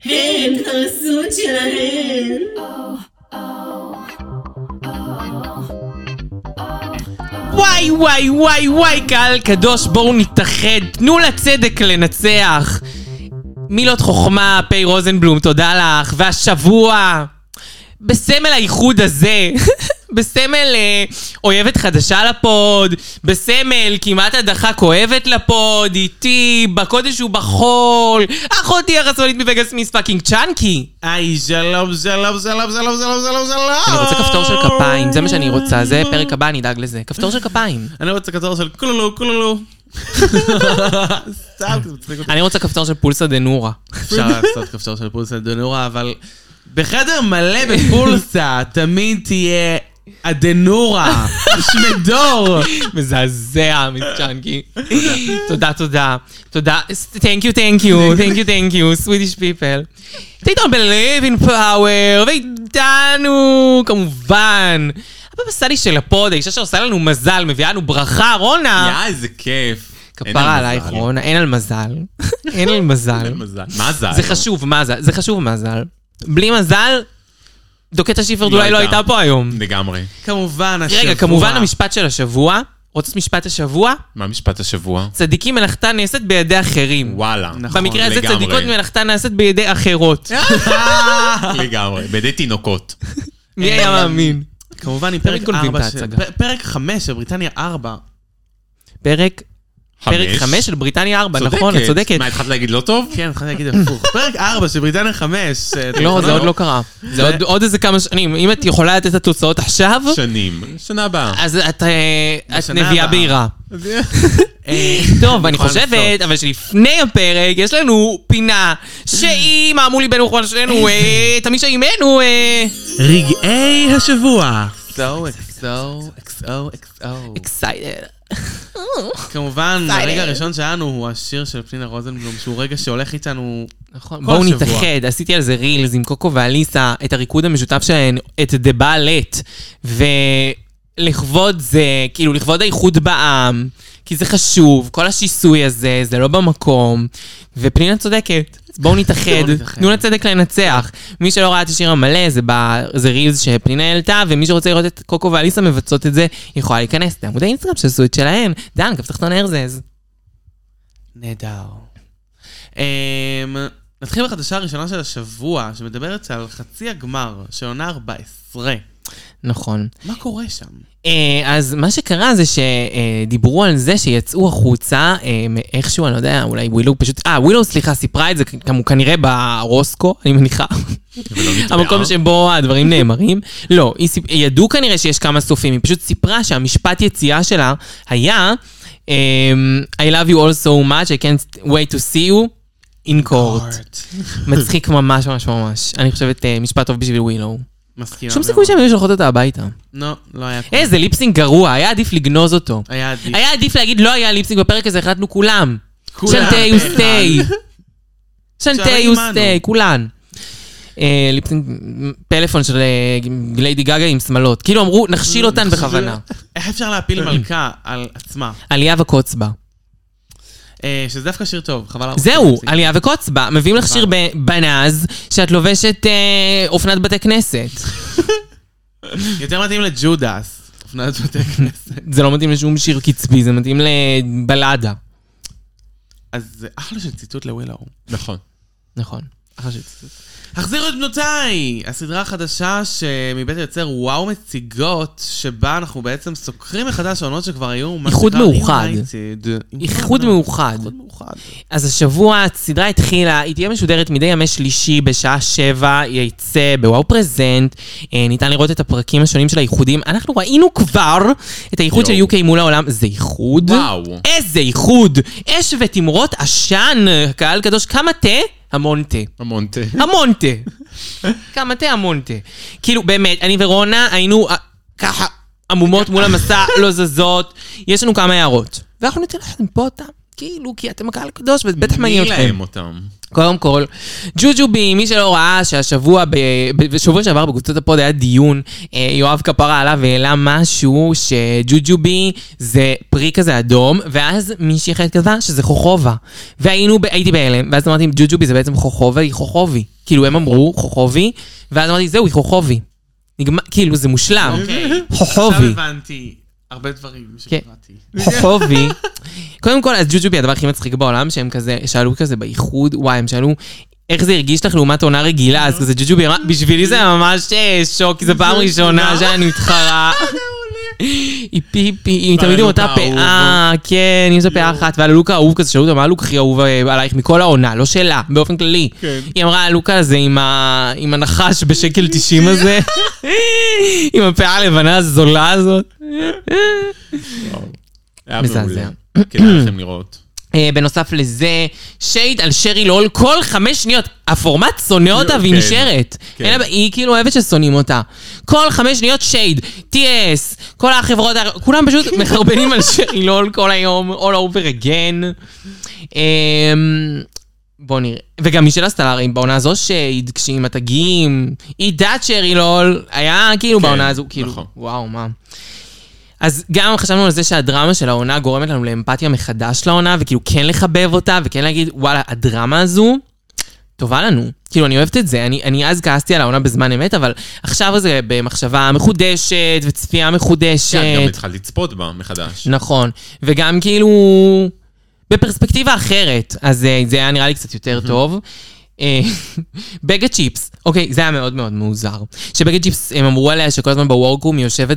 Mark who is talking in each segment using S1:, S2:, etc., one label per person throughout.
S1: 很可苏起来很。
S2: וואי וואי וואי וואי קהל קדוש בואו נתאחד תנו לצדק לנצח מילות חוכמה פי רוזנבלום תודה לך והשבוע בסמל האיחוד הזה בסמל אה, אויבת חדשה לפוד בסמל כמעט הדחה כואבת לפוד איתי בקודש ובחול אחותי החסונית מווגאס מיס פאקינג צ'אנקי
S3: היי, שלום, שלום, שלום, שלום, שלום, שלום, שלום.
S2: אני רוצה כפתור של כפיים זה מה שאני רוצה זה פרק הבא אני אדאג לזה כפתור של כפיים
S3: אני רוצה כפתור של כולולו, כולולו. סתם, זה מצחיק אותי.
S2: אני רוצה כפתור של פולסא דנורה.
S3: אפשר לעשות כפתור של פולסה דנורה, אבל בחדר מלא בפולסה תמיד תהיה הדנורה, שמדור.
S2: מזעזע, מיס צ'אנקי. תודה, תודה. תודה. תנק יו, תנק יו, תנק יו, תנק יו, סווידיש פיפל. תיתן בלב אין פאוור, ואיתנו, כמובן. הבבא סאלי של הפוד, האישה שעושה לנו מזל, מביאה לנו ברכה, רונה.
S4: יא, איזה כיף. אין על
S2: כפרה עלייך,
S4: מזל.
S2: רונה, אין על מזל. אין על מזל.
S4: אין מזל. מה זה?
S2: זה חשוב, מה זה? זה חשוב מזל. בלי מזל, דוקטה שיפרד
S4: לא
S2: אולי לא
S4: הייתה.
S2: הייתה פה היום.
S4: לגמרי.
S3: כמובן, השבוע.
S2: רגע, כמובן המשפט של השבוע. רוצות משפט השבוע?
S4: מה משפט השבוע?
S2: צדיקים מלאכתה נעשית בידי אחרים.
S4: וואלה.
S3: נכון,
S2: במקרה הזה
S4: לגמרי.
S2: צדיקות מלאכתה נעשית בידי אחרות.
S4: לגמרי. בידי תינוקות.
S2: מי היה מאמין?
S3: כמובן, עם פרק
S2: גונבים את
S3: 4 של...
S2: ההצגה.
S3: פ- פרק 5 של בריטניה 4.
S2: פרק פרק
S4: חמש?
S2: 5 של בריטניה 4, נכון, את צודקת.
S4: מה, התחלת להגיד לא טוב?
S3: כן, התחלתי להגיד הפוך. פרק 4 של בריטניה אה, 5.
S2: לא, זה עוד לא קרה. זה עוד- עוד איזה כמה שנים. אם את יכולה לתת את התוצאות עכשיו,
S4: שנים. שנה הבאה.
S2: אז את אה, את
S3: בשנה
S2: נביאה
S3: הבאה.
S2: בהירה. טוב, אני
S3: נכון,
S2: חושבת, אבל שלפני הפרק יש לנו פינה שהיא, מה אמרו לי בן וכוון שלנו, אה, תמיד שאימנו, אה,
S3: רגעי השבוע. XO, XO, XO, XO.
S2: excited.
S3: כמובן,
S2: excited.
S3: הרגע הראשון שלנו הוא השיר של פנינה רוזנבלום, שהוא רגע שהולך איתנו...
S2: נכון,
S3: כל
S2: בואו
S3: השבוע.
S2: נתאחד, עשיתי על זה רילס עם קוקו ואליסה, את הריקוד המשותף שלהן, את דה בעלט, ולכבוד זה, כאילו לכבוד האיחוד בעם, כי זה חשוב, כל השיסוי הזה, זה לא במקום, ופנינה צודקת, אז בואו נתאחד,
S3: בואו נתאחד.
S2: תנו לצדק לנצח. מי שלא ראה את השיר המלא, זה, ב... זה רילס שפנינה העלתה, ומי שרוצה לראות את קוקו ואליסה מבצעות את זה, יכולה להיכנס לעמוד האינסטגרם שעשו את שלהן, דן, כף תחתון ארזז.
S3: נהדר. אמ,
S2: אה,
S3: נתחיל בחדשה הראשונה של השבוע, שמדברת על חצי הגמר של עונה 14.
S2: נכון.
S3: מה קורה שם?
S2: אה, אז מה שקרה זה שדיברו על זה שיצאו החוצה, אה, איכשהו, אני לא יודע, אולי ווילאו פשוט... אה, ווילאו, סליחה, סיפרה את זה כמו כנראה ברוסקו, אני מניחה. המקום שבו הדברים נאמרים. לא, היא סיפ... ידעו כנראה שיש כמה סופים, היא פשוט סיפרה שהמשפט יציאה שלה היה אה, I love you all so much, I can't wait to see you in court. מצחיק ממש ממש ממש. אני חושבת אה, משפט טוב בשביל ווילאו.
S3: מסכימה.
S2: שום
S3: מאוד.
S2: סיכוי שהם היו שולחות אותה הביתה.
S3: לא, לא היה קורה.
S2: איזה כן, ליפסינג גרוע, היה עדיף לגנוז אותו.
S3: היה עדיף.
S2: היה עדיף להגיד לא היה ליפסינג בפרק הזה, החלטנו כולם.
S3: כולם.
S2: שנטי וסטי. שנטי
S3: שעלה
S2: וסטי,
S3: עמנו.
S2: כולן. אה, ליפסינג, פלאפון של אה, ליידי גגה עם שמלות. כאילו אמרו,
S3: לא,
S2: נכשיל אותן בכוונה.
S3: איך אפשר להפיל מלכה על עצמה?
S2: עלייה וקוצבה.
S3: אה, שזה דווקא שיר טוב, חבל על...
S2: זהו, עלייה וקוצבה. מביאים לך שיר בנז, שאת לובשת אה, אופנת בתי כנסת.
S3: יותר מתאים לג'ודס. אופנת בתי כנסת.
S2: זה לא מתאים לשום שיר קצבי, זה מתאים לבלדה.
S3: אז זה אחלה של ציטוט לווילאו.
S4: נכון.
S2: נכון.
S3: אחלה של ציטוט. החזירו את בנותיי! הסדרה החדשה שמבית היוצר וואו מציגות, שבה אנחנו בעצם סוקרים מחדש העונות שכבר היו... מה
S2: איחוד
S3: שנקרא
S2: מאוחד.
S3: United. עם כל
S2: איחוד
S3: העונות.
S2: מאוחד.
S3: נכון. איחוד מאוחד.
S2: אז השבוע הסדרה התחילה, היא תהיה משודרת מדי ימי שלישי בשעה שבע, היא יצא בוואו פרזנט, אה, ניתן לראות את הפרקים השונים של האיחודים. אנחנו ראינו כבר את האיחוד של
S4: יואו.
S2: UK מול העולם, זה איחוד?
S4: וואו.
S2: איזה איחוד! אש ותמרות עשן, קהל קדוש, כמה תה? המון תה.
S4: המון תה.
S2: המון תה. כמה תה, המון תה. כאילו, באמת, אני ורונה היינו אה, ככה עמומות מול המסע, לא זזות. יש לנו כמה הערות. ואנחנו ניתן לכם פה אותם, כאילו, כי אתם הקהל הקדוש, ובטח מעניין
S4: מי
S2: אתכם.
S4: להם אותם?
S2: קודם כל, ג'וג'ובי, מי שלא ראה שהשבוע, ב- ב- בשבוע שעבר בקבוצת הפוד היה דיון, אה, יואב כפרה עלה והעלה משהו שג'וג'ובי זה פרי כזה אדום, ואז מישהי אחרת כתבה שזה חוכובה. והיינו, ב- הייתי בהלם, ואז אמרתי, ג'וג'ובי זה בעצם חוכובה, היא חוכובי. כאילו, הם אמרו חוכובי, ואז אמרתי, זהו, היא חוכובי. נגמר, כאילו, זה מושלם.
S3: אוקיי. עכשיו
S2: חוכובי.
S3: הבנתי הרבה דברים שקראתי.
S2: חוכובי. קודם כל, אז ג'וג'ובי הדבר הכי מצחיק בעולם, שהם כזה, שאלו כזה באיחוד, וואי, הם שאלו, איך זה הרגיש לך לעומת עונה רגילה? אז כזה ג'וג'ובי אמרה, בשבילי זה ממש אה, שוק, כי זו פעם ראשונה שאני מתחרה. היא פי פי, היא תמיד עם אותה
S4: והלוק
S2: פאה, כן, היא עם אותה פאה אחת, ועל הלוק האהוב כזה, שאלו אותה, מה הלוק הכי אהוב אה, עלייך מכל העונה, לא שלה, באופן כללי.
S3: כן.
S2: היא אמרה, הלוק הזה עם ה- עם הנחש בשקל 90 הזה, עם הפאה הלבנה הזולה הזאת.
S4: היה
S2: מזעזע.
S4: מעולה. כדאי לכם לראות.
S2: אה, בנוסף לזה, שייד על שרי לול כל חמש שניות. הפורמט שונא אותה והיא
S4: כן,
S2: נשארת.
S4: כן.
S2: אלא, היא כאילו אוהבת ששונאים אותה. כל חמש שניות שייד, TS, כל החברות, ה- כולם פשוט מחרבנים על שרי לול כל היום, all over again. אמ, בוא נראה. וגם מישל הסטלרי בעונה הזו שייד, כשהיא עם התגים, עידת שרי לול, היה כאילו
S4: כן,
S2: בעונה הזו, כאילו,
S4: נכון.
S2: וואו, מה. אז גם חשבנו על זה שהדרמה של העונה גורמת לנו לאמפתיה מחדש לעונה, וכאילו כן לחבב אותה, וכן להגיד, וואלה, הדרמה הזו טובה לנו. כאילו, אני אוהבת את זה. אני, אני אז כעסתי על העונה בזמן אמת, אבל עכשיו זה במחשבה מחודשת, וצפייה מחודשת.
S4: כן, גם התחלת לצפות בה מחדש.
S2: נכון. וגם כאילו, בפרספקטיבה אחרת, אז אה, זה היה נראה לי קצת יותר טוב. אה, בגד צ'יפס, אוקיי, זה היה מאוד מאוד מוזר. שבגד צ'יפס, הם אמרו עליה שכל הזמן בוורקרום היא יושבת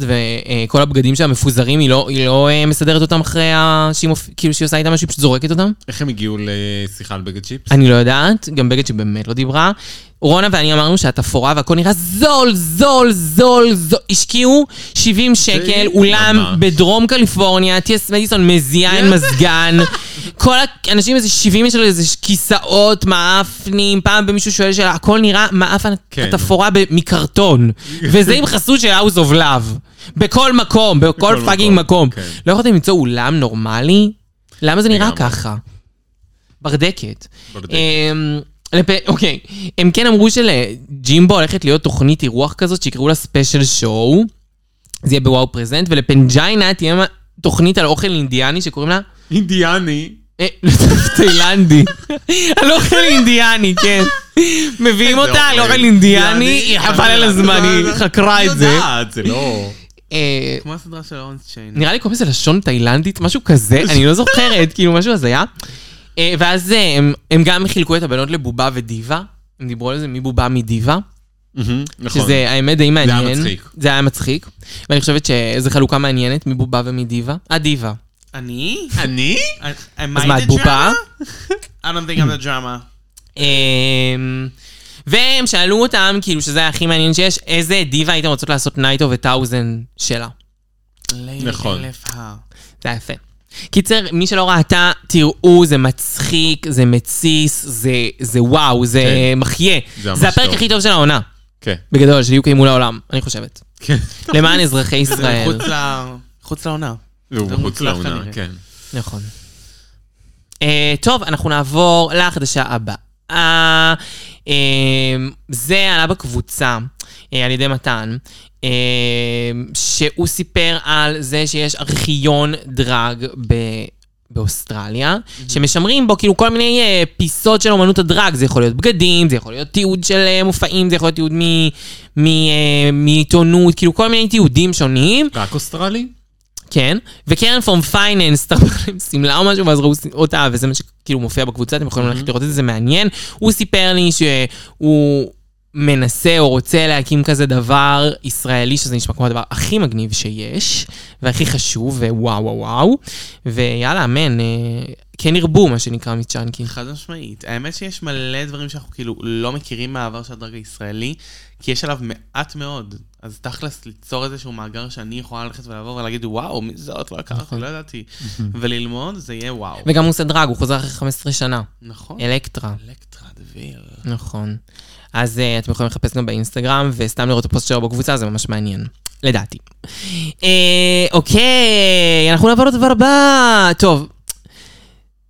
S2: וכל הבגדים שלה מפוזרים, היא לא, היא לא אה, מסדרת אותם אחרי ה... שהיא מופ... כאילו שהיא עושה איתם משהו, היא פשוט זורקת אותם.
S4: איך הם הגיעו לשיחה על בגד צ'יפס?
S2: אני לא יודעת, גם בגד שבאמת לא דיברה. רונה ואני אמרנו שהתפאורה והכל נראה זול, זול, זול, זול. השקיעו 70 שקל, אולם
S4: ממש.
S2: בדרום קליפורניה, טייס מדיסון מזיעה עם מזגן. כל האנשים איזה 70 יש לו איזה כיסאות, מעפנים, פעם במישהו שואל שאלה, הכל נראה מעפן
S4: כן.
S2: התפאורה ב- מקרטון. וזה עם חסות של House of Love. בכל מקום, בכל
S4: בכל
S2: פאקינג
S4: מקום,
S2: מקום.
S4: כן.
S2: לא יכולתם למצוא אולם נורמלי? למה זה נראה
S4: לגמרי.
S2: ככה? ברדקת.
S4: ברדקת.
S2: אמ, לפ- אוקיי, הם כן אמרו שלג'ימבו הולכת להיות תוכנית אירוח כזאת שיקראו לה ספיישל שואו. זה יהיה בוואו פרזנט, ולפנג'יינה תהיה מה- תוכנית על אוכל אינדיאני שקוראים לה...
S4: אינדיאני.
S2: אה, תאילנדי. על אוכל אינדיאני, כן. מביאים
S4: איזה
S2: אותה על
S4: אוכל.
S2: אוכל אינדיאני,
S4: אינדיאני,
S2: היא חבל על הזמן, היא חקרה את זה.
S4: אה, יודעת, זה לא...
S2: אה,
S3: כמו הסדרה של אורנס צ'יין.
S2: נראה לי קוראים לזה לשון תאילנדית, משהו כזה, אני לא זוכרת, כאילו משהו הזיה. אה, ואז אה, הם, הם גם חילקו את הבנות לבובה ודיבה, הם דיברו על זה מבובה מדיבה,
S4: מהמם, נכון.
S2: שזה האמת די מעניין.
S4: מצחיק.
S2: זה היה מצחיק, ואני חושבת שזו חלוקה מעניינת מבובה ומדיבה. את דיבה.
S3: אני?
S4: אני?
S3: Am
S2: אז מה,
S3: I
S2: את
S3: the
S2: בובה?
S3: drama? I don't think I'm the drama.
S2: אמ, והם שאלו אותם, כאילו, שזה היה הכי מעניין שיש, איזה דיבה הייתם רוצות לעשות נייטו וטאוזן שלה.
S4: נכון.
S3: אלף ה-
S2: זה היה יפה. קיצר, מי שלא ראתה, תראו, זה מצחיק, זה מתסיס, זה, זה וואו, זה
S4: כן.
S2: מחיה.
S4: זה ממש
S2: זה הפרק
S4: טוב.
S2: הכי טוב של העונה,
S4: כן.
S2: בגדול, של UK מול העולם, אני חושבת.
S4: כן.
S2: למען אזרחי
S3: זה
S2: ישראל.
S3: מחוץ ל- מחוץ לעונה.
S4: והוא
S3: זה מוקלט
S4: בחוץ לעונה,
S3: כנראה.
S4: כן.
S2: נכון. אה, טוב, אנחנו נעבור לחדשה הבאה. אה, זה עלה בקבוצה אה, על ידי מתן, אה, שהוא סיפר על זה שיש ארכיון דרג ב... באוסטרליה, שמשמרים בו כאילו כל מיני אה, פיסות של אומנות הדרג, זה יכול להיות בגדים, זה יכול להיות תיעוד של אה, מופעים, זה יכול להיות תיעוד מ- מ- אה, מעיתונות, כאילו כל מיני תיעודים שונים,
S4: רק אוסטרלי?
S2: כן, וקרן פורם פייננס, תראה להם שמלה או משהו, ואז ראו אותה, וזה מה שכאילו מופיע בקבוצה, אתם יכולים ללכת לראות את זה, זה מעניין. הוא סיפר לי שהוא מנסה או רוצה להקים כזה דבר ישראלי, שזה נשמע כמו הדבר הכי מגניב שיש, והכי חשוב, ווואו וואו וואו, ויאללה, אמן, אה, כן ירבו, מה שנקרא מצ'אנקי.
S3: חד משמעית. האמת שיש מלא דברים שאנחנו כאילו לא מכירים מהעבר של הדרג הישראלי, כי יש עליו מעט מאוד. אז תכלס ליצור איזשהו מאגר שאני יכולה ללכת ולעבור ולהגיד, וואו, מי זאת? לא הכרתי, לא ידעתי. וללמוד, זה יהיה וואו.
S2: וגם הוא עושה דרג, הוא חוזר אחרי 15 שנה.
S3: נכון.
S2: אלקטרה.
S3: אלקטרה דביר.
S2: נכון. אז uh, אתם יכולים לחפש גם באינסטגרם, וסתם לראות את הפוסט שלו בקבוצה, זה ממש מעניין. לדעתי. אה, אוקיי, אנחנו נעבור לדבר הבא. טוב,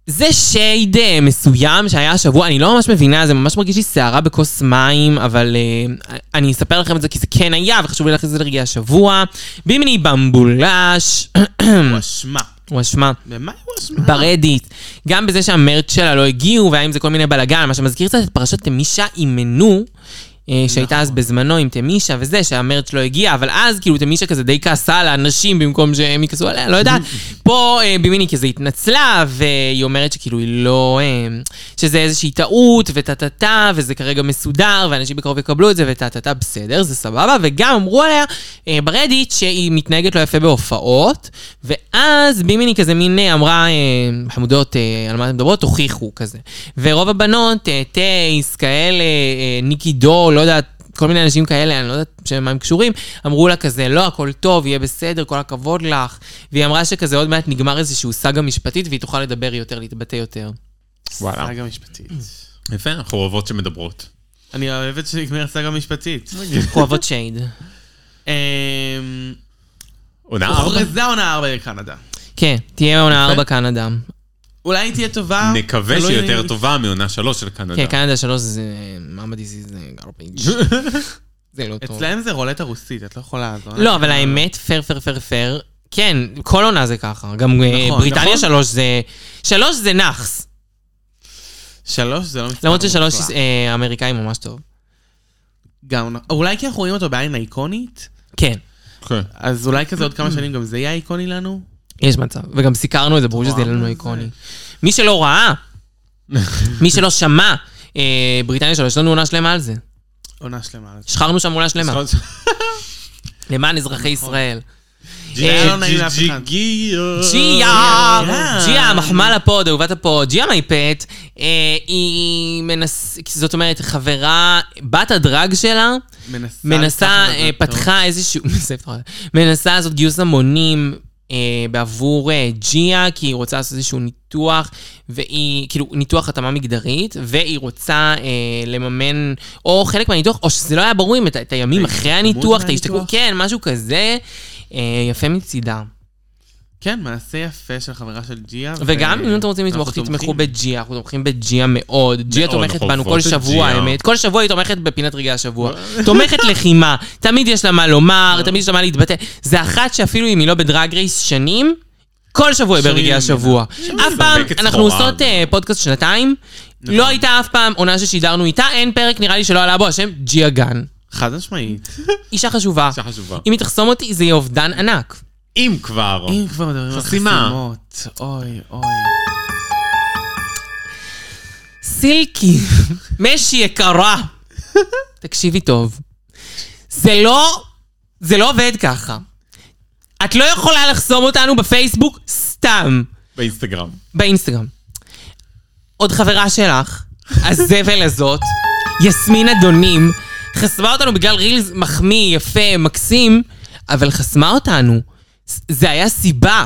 S2: זה שייד אה, מסוים שהיה השבוע, אני לא ממש מבינה, זה ממש מרגיש לי סערה בכוס מים, אבל אה, אני אספר לכם את זה כי זה כן היה, וחשוב לי להכניס את זה לרגעי השבוע. בימיני במבולש,
S3: הוא אשמה.
S2: הוא אשמה.
S3: במה הוא אשמה?
S2: ברדיט, גם בזה שהמרץ שלה לא הגיעו, והיה עם זה כל מיני בלאגן, מה שמזכיר קצת את פרשת תמישה אימנו, אה, שהייתה אז בזמנו עם תמישה וזה, שהמרץ לא הגיע, אבל אז כאילו תמישה כזה די כעסה על האנשים במקום שהם יכעסו עליה, לא יודעת. פה אה, בימיני כזה התנצלה, והיא אומרת שכאילו היא לא... אה, שזה איזושהי טעות, וטה טה טה, וזה כרגע מסודר, ואנשים בקרוב יקבלו את זה, וטה טה טה, בסדר, זה סבבה, וגם אמרו עליה אה, ברדיט שהיא מתנהגת לא יפה בהופעות, ואז בימיני כזה מין אה, אמרה, אה, חמודות, אה, על מה אתן מדברות? תוכיחו כזה. ורוב הבנות, אה, טייס, כאלה, אה, ניקי דור, לא יודעת. כל מיני אנשים כאלה, אני לא יודעת שמה הם קשורים, אמרו לה כזה, לא, הכל טוב, יהיה בסדר, כל הכבוד לך. והיא אמרה שכזה עוד מעט נגמר איזשהו סאגה משפטית והיא תוכל לדבר יותר, להתבטא יותר.
S4: וואלה.
S3: סאגה משפטית.
S4: יפה, אנחנו אוהבות שמדברות.
S3: אני אוהבת שנגמרת סאגה משפטית.
S2: אנחנו אוהבות שייד.
S3: אמ,
S4: עונה
S2: אוקיי.
S4: ארבע.
S3: הוכרזה עונה ארבע לקנדה.
S2: כן, תהיה עונה
S4: יפה.
S2: 4 קנדה.
S3: אולי היא תהיה טובה.
S4: נקווה
S3: תלוי-
S4: שהיא יותר טובה מעונה שלוש של קנדה.
S2: כן, קנדה 3 זה... מעמד איזי זה גרבייג'. זה לא טוב.
S3: אצלהם זה רולטה רוסית, את לא יכולה... זה עונה-
S2: לא, אבל האמת, פייר, פייר, פייר, פייר, כן, כל עונה זה ככה. גם אה,
S3: נכון,
S2: בריטניה
S3: נכון.
S2: 3 זה... 3 זה נאחס.
S3: שלוש זה לא מסתדר.
S2: למרות ששלוש אה, האמריקאי ממש טוב.
S3: גם... אולי כי אנחנו רואים אותו בעין האיקונית,
S2: כן,
S4: כן.
S3: אז אולי כזה עוד כמה שנים גם זה יהיה איקוני לנו.
S2: יש מצב. וגם סיקרנו את זה, ברור שזה יהיה לנו איקוני. מי שלא ראה, מי שלא שמע, אה, בריטניה 3, יש לנו עונה שלמה על זה.
S3: עונה שלמה. על זה.
S2: שחררנו שם עונה
S3: נכון.
S2: שלמה.
S4: אז-
S2: למען אזרחי ישראל.
S4: ג'י-
S2: אה,
S3: לא נעים לאף
S4: ג'י-
S3: אחד.
S4: ג'י-
S2: ג'יה,
S3: ג'יה.
S2: ג'יה, מחמאה לפוד, אהובת הפוד, ג'יה מייפט, אה, היא מנסה, זאת אומרת, חברה, בת הדרג שלה,
S3: מנסה...
S2: מנסה,
S3: לקחת
S2: אה,
S3: את הטוב.
S2: פתחה איזשהו, מסיימת את הרעיון. מנסה לעשות גיוס המונים אה, בעבור אה, ג'יה, כי היא רוצה לעשות איזשהו ניתוח, והיא, כאילו, ניתוח התאמה מגדרית, והיא רוצה אה, לממן או חלק מהניתוח, או שזה לא היה ברור אם את, את הימים אחרי הניתוח, את ההשתקעות,
S3: מהניתוח?
S2: כן, משהו כזה, אה, יפה מצידה.
S3: כן, מעשה יפה של חברה של ג'יה. ו-
S2: וגם אם אתם רוצים לתמוך,
S3: אנחנו
S2: תתמכו
S3: תומכים.
S2: בג'יה, אנחנו תומכים בג'יה מאוד. ג'יה תומכת
S4: אנחנו
S2: בנו כל
S4: אוהבות את
S2: שבוע,
S4: ג'יה.
S2: האמת. כל שבוע היא תומכת בפינת רגעי השבוע. תומכת לחימה, תמיד יש לה מה לומר, תמיד יש לה מה להתבטא. זה אחת שאפילו אם היא לא בדרג רייס שנים, כל שבוע היא
S3: שומעים
S2: ברגעי
S3: ממנה.
S2: השבוע. אף פעם,
S4: מזדקת
S2: אנחנו
S4: סחורה.
S2: עושות אה, פודקאסט שנתיים, לא הייתה אף פעם עונה ששידרנו איתה, אין פרק, נראה לי שלא עלה בו השם ג'יה גן.
S3: חד משמעית.
S2: אישה חשובה.
S4: אישה חשובה.
S2: אם היא תחסום אותי, זה יהיה אובדן ענק.
S4: אם כבר.
S3: אם כבר מדברים על
S4: חסימה.
S3: חסימות, אוי, אוי.
S2: סילקי, משי יקרה. תקשיבי טוב. זה לא, זה לא עובד ככה. את לא יכולה לחסום אותנו בפייסבוק סתם,
S4: באינסטגרם.
S2: באינסטגרם. עוד חברה שלך, הזבל הזאת, יסמין אדונים, חסמה אותנו בגלל רילס מחמיא, יפה, מקסים, אבל חסמה אותנו. ס- זה היה סיבה.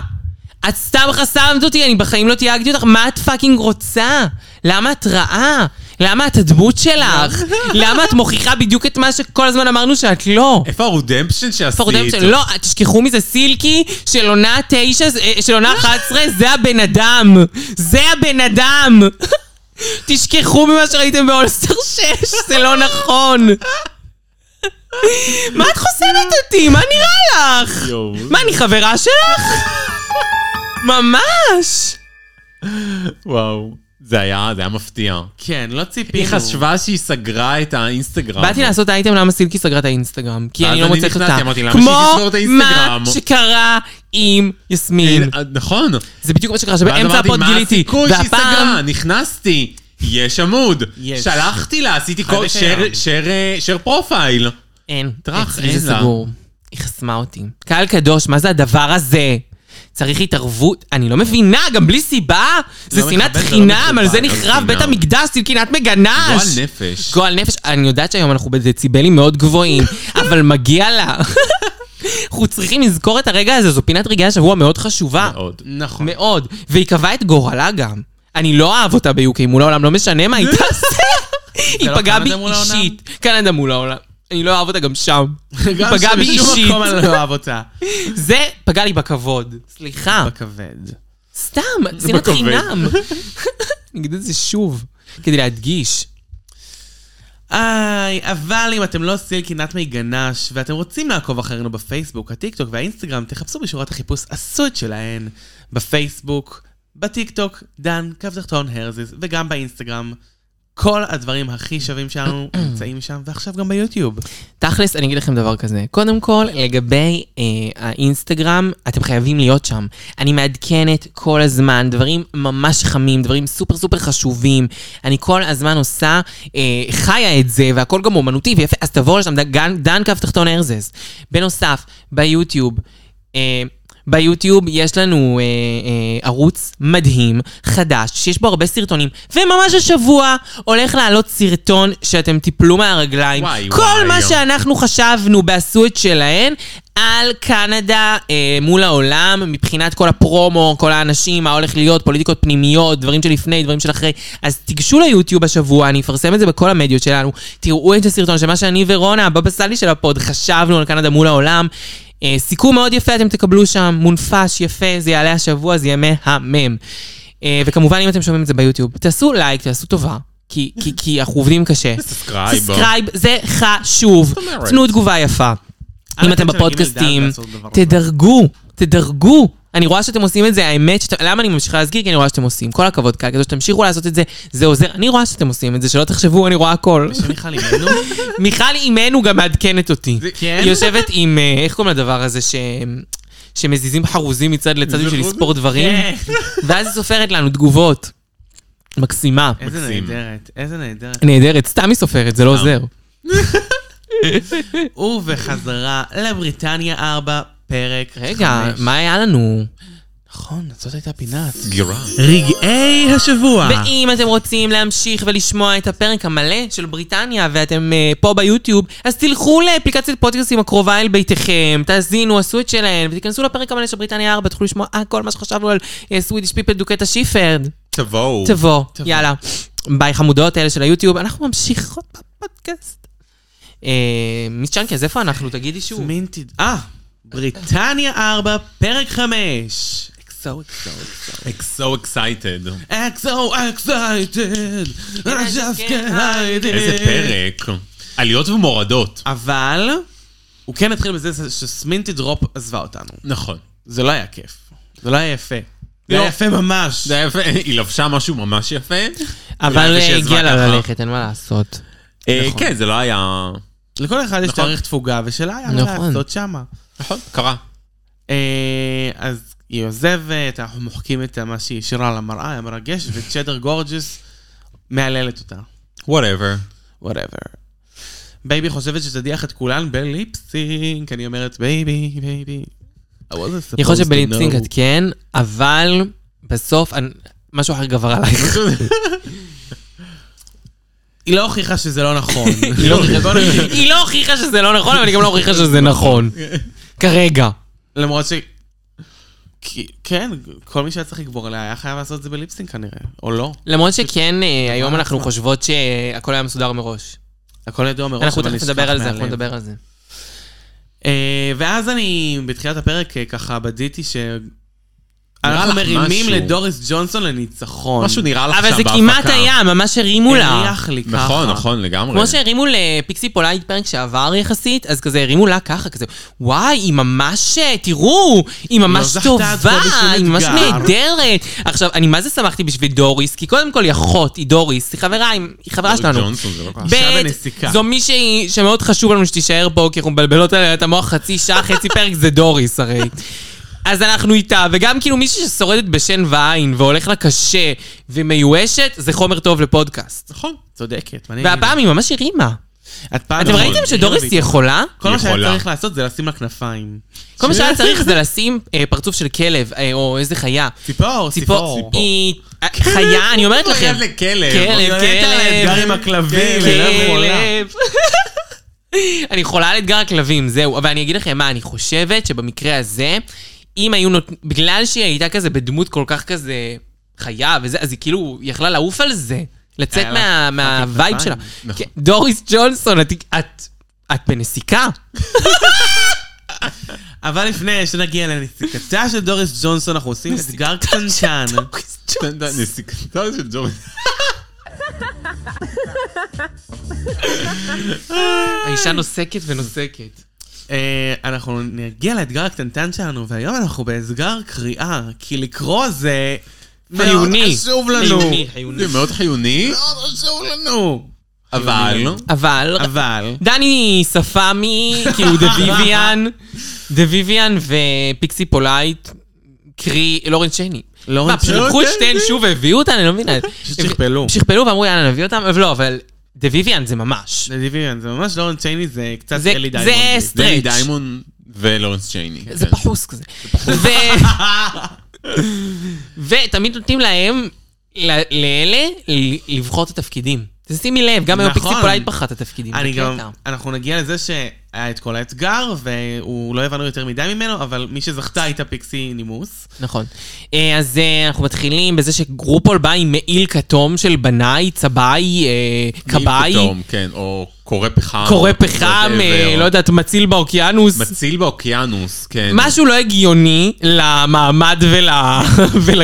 S2: את סתם חסמת אותי, אני בחיים לא תייגתי אותך, מה את פאקינג רוצה? למה את רעה? למה את הדמות שלך? למה את מוכיחה בדיוק את מה שכל הזמן אמרנו שאת לא?
S4: איפה הרודמפשן שעשית?
S2: פורדמת של... לא, תשכחו מזה, סילקי של עונה תשע, אה, של
S4: לא.
S2: עונה 11, זה הבן אדם. זה הבן אדם. תשכחו ממה שראיתם באולסטר 6, זה לא נכון. מה את חוסמת אותי? מה נראה לך?
S4: יואו.
S2: מה, אני חברה שלך? ממש.
S4: וואו. זה היה, זה היה מפתיע.
S3: כן, לא ציפינו.
S4: היא חשבה שהיא סגרה את האינסטגרם.
S2: באתי לעשות אייטם למה סילקי סגרה את האינסטגרם, כי
S4: ואז
S2: אני לא
S4: אני
S2: מוצאת
S4: נכנסתי,
S2: אותה.
S4: אמרתי, למה שהיא
S2: כמו
S4: תסגור את
S2: מה
S4: האינסטגרם?
S2: שקרה עם יסמין.
S4: אה, נכון.
S2: זה בדיוק מה שקרה,
S4: ואז
S2: שבאמצע
S4: אמרתי,
S2: הפוד
S4: מה
S2: גיליתי.
S4: הסיכוי שהיא
S2: והפעם-
S4: סגרה? נכנסתי. יש עמוד.
S3: יש.
S4: שלחתי לה, עשיתי
S3: חד
S4: כל...
S3: וחלק.
S4: share- share, אה, share profile.
S2: אין,
S4: טראח,
S2: אצלי
S4: אין
S2: זה
S4: לה.
S2: סגור. היא חסמה אותי. קהל קדוש, מה זה הדבר הזה? צריך התערבות, אני לא מבינה, גם בלי סיבה. זה
S3: מכבד,
S2: שנאת
S3: זה לא
S2: חינם,
S3: מכובד,
S2: על זה
S4: לא
S2: נחרב בית
S4: חינם.
S2: המקדש, סלקינת מגנש.
S4: גועל נפש.
S2: גועל נפש. אני יודעת שהיום אנחנו בדציבלים מאוד גבוהים, אבל מגיע לה. אנחנו צריכים לזכור את הרגע הזה, זו פינת רגעי השבוע מאוד חשובה.
S4: מאוד.
S3: נכון.
S2: מאוד. והיא קבעה את גורלה גם. אני לא אהב אותה ביוקיי מול העולם, לא משנה מה היא תעשה. היא
S3: לא
S2: פגעה בי
S3: קנדה מול העולם?
S2: אישית. קנדה מול העולם. אני לא אוהב אותה גם שם. היא
S3: גם
S2: פגעה בי
S3: שבשום
S2: אישית. אה.
S3: מקום אני לא אוהב אותה.
S2: זה פגע לי בכבוד. סליחה.
S3: בכבד.
S2: סתם, שנאת
S4: בכובד.
S2: חינם. אני אגיד את זה שוב, כדי להדגיש.
S3: איי, אבל אם אתם לא עושים קינת מי גנש, ואתם רוצים לעקוב אחרינו בפייסבוק, הטיקטוק והאינסטגרם, תחפשו בשורת החיפוש עשוי שלהן. בפייסבוק, בטיקטוק, דן, קו תחתון הרזיז, וגם באינסטגרם. כל הדברים הכי שווים שלנו נמצאים שם, ועכשיו גם ביוטיוב.
S2: תכלס, אני אגיד לכם דבר כזה. קודם כל, לגבי אה, האינסטגרם, אתם חייבים להיות שם. אני מעדכנת כל הזמן דברים ממש חמים, דברים סופר סופר חשובים. אני כל הזמן עושה, אה, חיה את זה, והכל גם אומנותי ויפה, אז תבואו לשם, דן, דן קו תחתון ארזס. בנוסף, ביוטיוב, אה, ביוטיוב יש לנו אה, אה, ערוץ מדהים, חדש, שיש בו הרבה סרטונים, וממש השבוע הולך לעלות סרטון שאתם תיפלו מהרגליים.
S4: וואי,
S2: כל
S4: וואי,
S2: מה
S4: יום.
S2: שאנחנו חשבנו בעשו את שלהן על קנדה אה, מול העולם, מבחינת כל הפרומו, כל האנשים, מה הולך להיות, פוליטיקות פנימיות, דברים שלפני, דברים של אחרי. אז תיגשו ליוטיוב השבוע, אני אפרסם את זה בכל המדיות שלנו. תראו את הסרטון של מה שאני ורונה, הבבא סאלי של הפוד, חשבנו על קנדה מול העולם. אה, סיכום מאוד יפה אתם תקבלו שם, מונפש, יפה, זה יעלה השבוע, זה יהיה מהמם. אה, וכמובן, אם אתם שומעים את זה ביוטיוב, תעשו לייק, תעשו טובה, כי, כי, כי אנחנו עובדים קשה.
S4: סאבסקרייב.
S2: סאסקרייב, זה חשוב.
S4: אומרת?
S2: תנו תגובה יפה. אם
S3: א',
S2: אתם
S3: ב', ג', ד',
S2: בפודקאסטים,
S3: לעשות דבר הזה.
S2: תדרגו, תדרגו. אני רואה שאתם עושים את זה, האמת, שאת... למה אני ממשיכה להזכיר? כי אני רואה שאתם עושים. כל הכבוד, קהל כזה, שתמשיכו לעשות את זה, זה עוזר. אני רואה שאתם עושים את זה, שלא תחשבו, אני רואה הכל.
S3: שמיכל אימנו,
S2: מיכל אימנו גם מעדכנת אותי.
S3: כן?
S2: היא יושבת עם, אה, איך קוראים לדבר הזה, ש... שמזיזים חרוזים מצד לצד בשביל
S4: חרוזים?
S2: לספור דברים,
S3: כן.
S2: ואז היא סופרת לנו תגובות. מקסימה.
S3: איזה
S4: מקסים.
S3: נהדרת, איזה נהדרת.
S2: נהדרת, סתם היא סופרת, זה לא עוזר.
S3: ובחזרה לבריטניה 4, פרק 5.
S2: רגע, מה היה לנו?
S3: נכון, זאת הייתה פינת.
S4: סגירה.
S3: רגעי השבוע.
S4: אה.
S2: ואם אתם רוצים להמשיך ולשמוע את הפרק המלא של בריטניה ואתם uh, פה ביוטיוב, אז תלכו לאפליקציית פודקאסטים הקרובה אל ביתכם, תאזינו, עשו את שלהם, ותיכנסו לפרק המלא של בריטניה 4, תוכלו לשמוע אה, כל מה שחשבנו על סווידיש פיפל דוקטה שיפרד.
S4: תבואו.
S2: תבוא,
S3: תבוא.
S2: יאללה. ביי חמודות האלה של היוטיוב, אנחנו ממשיכות בפודקאסט. אה, מיס צ'אנקי, אז איפה אנחנו? תגידי שוב.
S3: מין תד... אה, בריטניה 4, פרק 5. אקסו, אקסו, אקסו.
S4: Like so excited.
S3: אקסו, אקסייטד. I just can't hide it.
S4: איזה פרק. עליות ומורדות.
S3: אבל, הוא כן התחיל בזה שסמינטי דרופ עזבה אותנו.
S4: נכון.
S3: זה לא היה כיף. זה לא היה יפה. זה היה
S4: לא.
S3: יפה ממש.
S4: זה היה יפה, היא לבשה משהו ממש יפה.
S2: אבל
S4: זה
S2: אה,
S4: שהיא
S2: הגיע
S4: עזבה
S2: לה
S4: ככה.
S2: ללכת, אין מה לעשות.
S4: אה,
S3: נכון.
S4: כן, זה לא היה...
S3: לכל אחד יש
S4: נכון.
S3: תאריך תפוגה, ושאלה היה מה
S2: נכון.
S3: לעשות שמה.
S4: נכון, קרה.
S3: אה, אז היא עוזבת, אנחנו מוחקים את מה שהיא השאירה על המראה, היה מרגש, וצ'דר גורג'ס מהללת אותה.
S4: וואטאבר.
S3: וואטאבר. בייבי חושבת שתדיח את כולן בליפסינק, אני אומרת בייבי, בייבי. I wasn't
S2: אני
S3: supposed
S2: חושבת
S3: to
S2: שבליפסינג
S3: know."
S2: את כן, אבל בסוף אני- משהו אחר גבר עלייך.
S3: היא לא הוכיחה שזה לא נכון.
S4: היא לא הוכיחה.
S3: בוא נגיד.
S2: היא לא הוכיחה שזה לא נכון, אבל היא גם לא הוכיחה שזה נכון. כרגע.
S3: למרות ש... כי- כן, כל מי שהיה צריך לגבור עליה היה חייב לעשות את זה בליפסינק כנראה, או לא.
S2: למרות שכן, אה, היום אנחנו
S3: עצמה.
S2: חושבות שהכל היה מסודר מראש.
S3: הכל ידוע מראש,
S2: אנחנו
S3: אבל
S2: תכף
S3: נשכח
S2: נדבר על זה, אנחנו
S3: מהלב.
S2: נדבר על זה.
S3: אה, ואז אני בתחילת הפרק אה, ככה בדיתי ש... אנחנו
S4: לך
S3: מרימים
S4: משהו.
S3: לדוריס ג'ונסון לניצחון.
S4: משהו נראה לך שם
S2: אבל זה
S4: בהפקה.
S2: כמעט היה, ממש הרימו לה.
S3: הריח לי ככה.
S4: נכון, נכון, לגמרי.
S2: כמו שהרימו לפיקסי פולאית פרק שעבר יחסית, אז כזה הרימו לה ככה, כזה, וואי, היא ממש, אה, תראו, היא לא ממש
S3: זכתה עד כה
S2: טובה,
S3: בשום
S2: היא ממש
S3: אתגר."
S2: נהדרת. עכשיו, אני מה זה שמחתי בשביל דוריס, כי קודם כל היא אחות, היא דוריס, היא חברה, היא היא חברה
S4: דוריס
S2: שלנו.
S4: ג'ונסון זה לא ככה.
S3: אישה
S2: ב',
S3: בנסיקה.
S2: זו מישהי שמאוד חשוב לנו שתישאר פה, כי אנחנו מבלבלות עליה את המוח חצי שעה, חצי פרק, זה דוריס הרי. אז אנחנו איתה, וגם כאילו מישהי ששורדת בשן ועין, והולך לה קשה, ומיואשת, זה חומר טוב לפודקאסט.
S3: נכון. צודקת. מה אני אגיד?
S2: והפעם היא ממש הרימה.
S3: את פעם-
S2: אתם
S3: נכון.
S2: ראיתם שדוריס
S3: היא
S2: יכולה?
S3: כל מה שהיה
S4: יכולה.
S3: צריך לעשות זה לשים לה כנפיים.
S2: כל מה שהיה צריך זה לשים אה, פרצוף של כלב, אה, או איזה חיה.
S3: ציפור,
S2: ציפור.
S3: ציפור.
S2: היא... אה, חיה, אני אומרת לכם.
S4: יד לכלב.
S2: כלב,
S3: היא הולכת כן, על האתגר עם
S2: כלב.
S3: הכלבים, היא לא יכולה.
S2: כלב. אני חולה על אתגר הכלבים, זהו. אבל אני אגיד לכם מה, אני חושבת שבמקרה הזה, אם היו נות... בגלל שהיא הייתה כזה בדמות כל כך כזה חיה וזה, אז היא כאילו יכלה לעוף על זה. לצאת
S3: היה
S2: מה-
S3: לה
S2: מהווייב שלה.
S3: כנפיים.
S4: נכון.
S2: כן, דוריס ג'ונסון, את- את... את בנסיקה.
S3: אבל לפני שנגיע לנסיקתה של דוריס ג'ונסון, אנחנו עושים אתגר קטנטן.
S4: נסיקתו של ג'ורג'.
S2: האישה נוסקת ונוסקת.
S3: אה, אנחנו נגיע לאתגר הקטנטן שלנו, והיום אנחנו באתגר קריאה, כי לקרוא זה... מאוד
S2: חיוני.
S3: חשוב לנו.
S2: חיוני, חיוני.
S4: זה מאוד חיוני, לא,
S3: מאוד חשוב לנו.
S4: אבל...
S2: אבל...
S3: אבל...
S2: דני ספמי, כאילו דה ויויאן, דה ויויאן ופיקסי פולייט, קרי לורן שני.
S3: לורנס
S2: מה, פשוט
S3: שני?
S2: לקחו את שתיהן שוב והביאו אותן? אני לא מבינה.
S3: פשוט שכפלו.
S2: שכפלו ואמרו, יאללה, נביא אותן, אבל לא, אבל דה ויויאן זה ממש.
S3: זה דיוויאן, זה ממש לורן צ'ייני, זה קצת
S2: זה-
S3: אלי
S2: זה
S3: דיימונד.
S2: סטרץ'.
S4: דני דיימון ולורנס צ'ייני.
S2: זה
S4: כן.
S2: פחוס כזה. ו... ותמיד נותנים להם, ל- לאלה, ל- לבחור את התפקידים. תשימי לב, גם היום
S3: נכון.
S2: פיקסי פולייט בחר את התפקידים.
S3: אני
S2: זה
S3: גם,
S2: קטע.
S3: אנחנו נגיע לזה שהיה את כל האתגר, והוא לא הבנו יותר מדי ממנו, אבל מי שזכתה הייתה פיקסי נימוס.
S2: נכון. אה, אז אה, אנחנו מתחילים בזה שגרופול בא עם מעיל כתום של בנאי, צבעי, אה, כבאי,
S4: פתאום, כן, או קורא פחם.
S2: קורא
S4: או
S2: פחם, אה,
S4: whatever.
S2: לא יודעת, מציל באוקיינוס.
S4: מציל באוקיינוס, כן.
S2: משהו לא הגיוני למעמד ול... ול...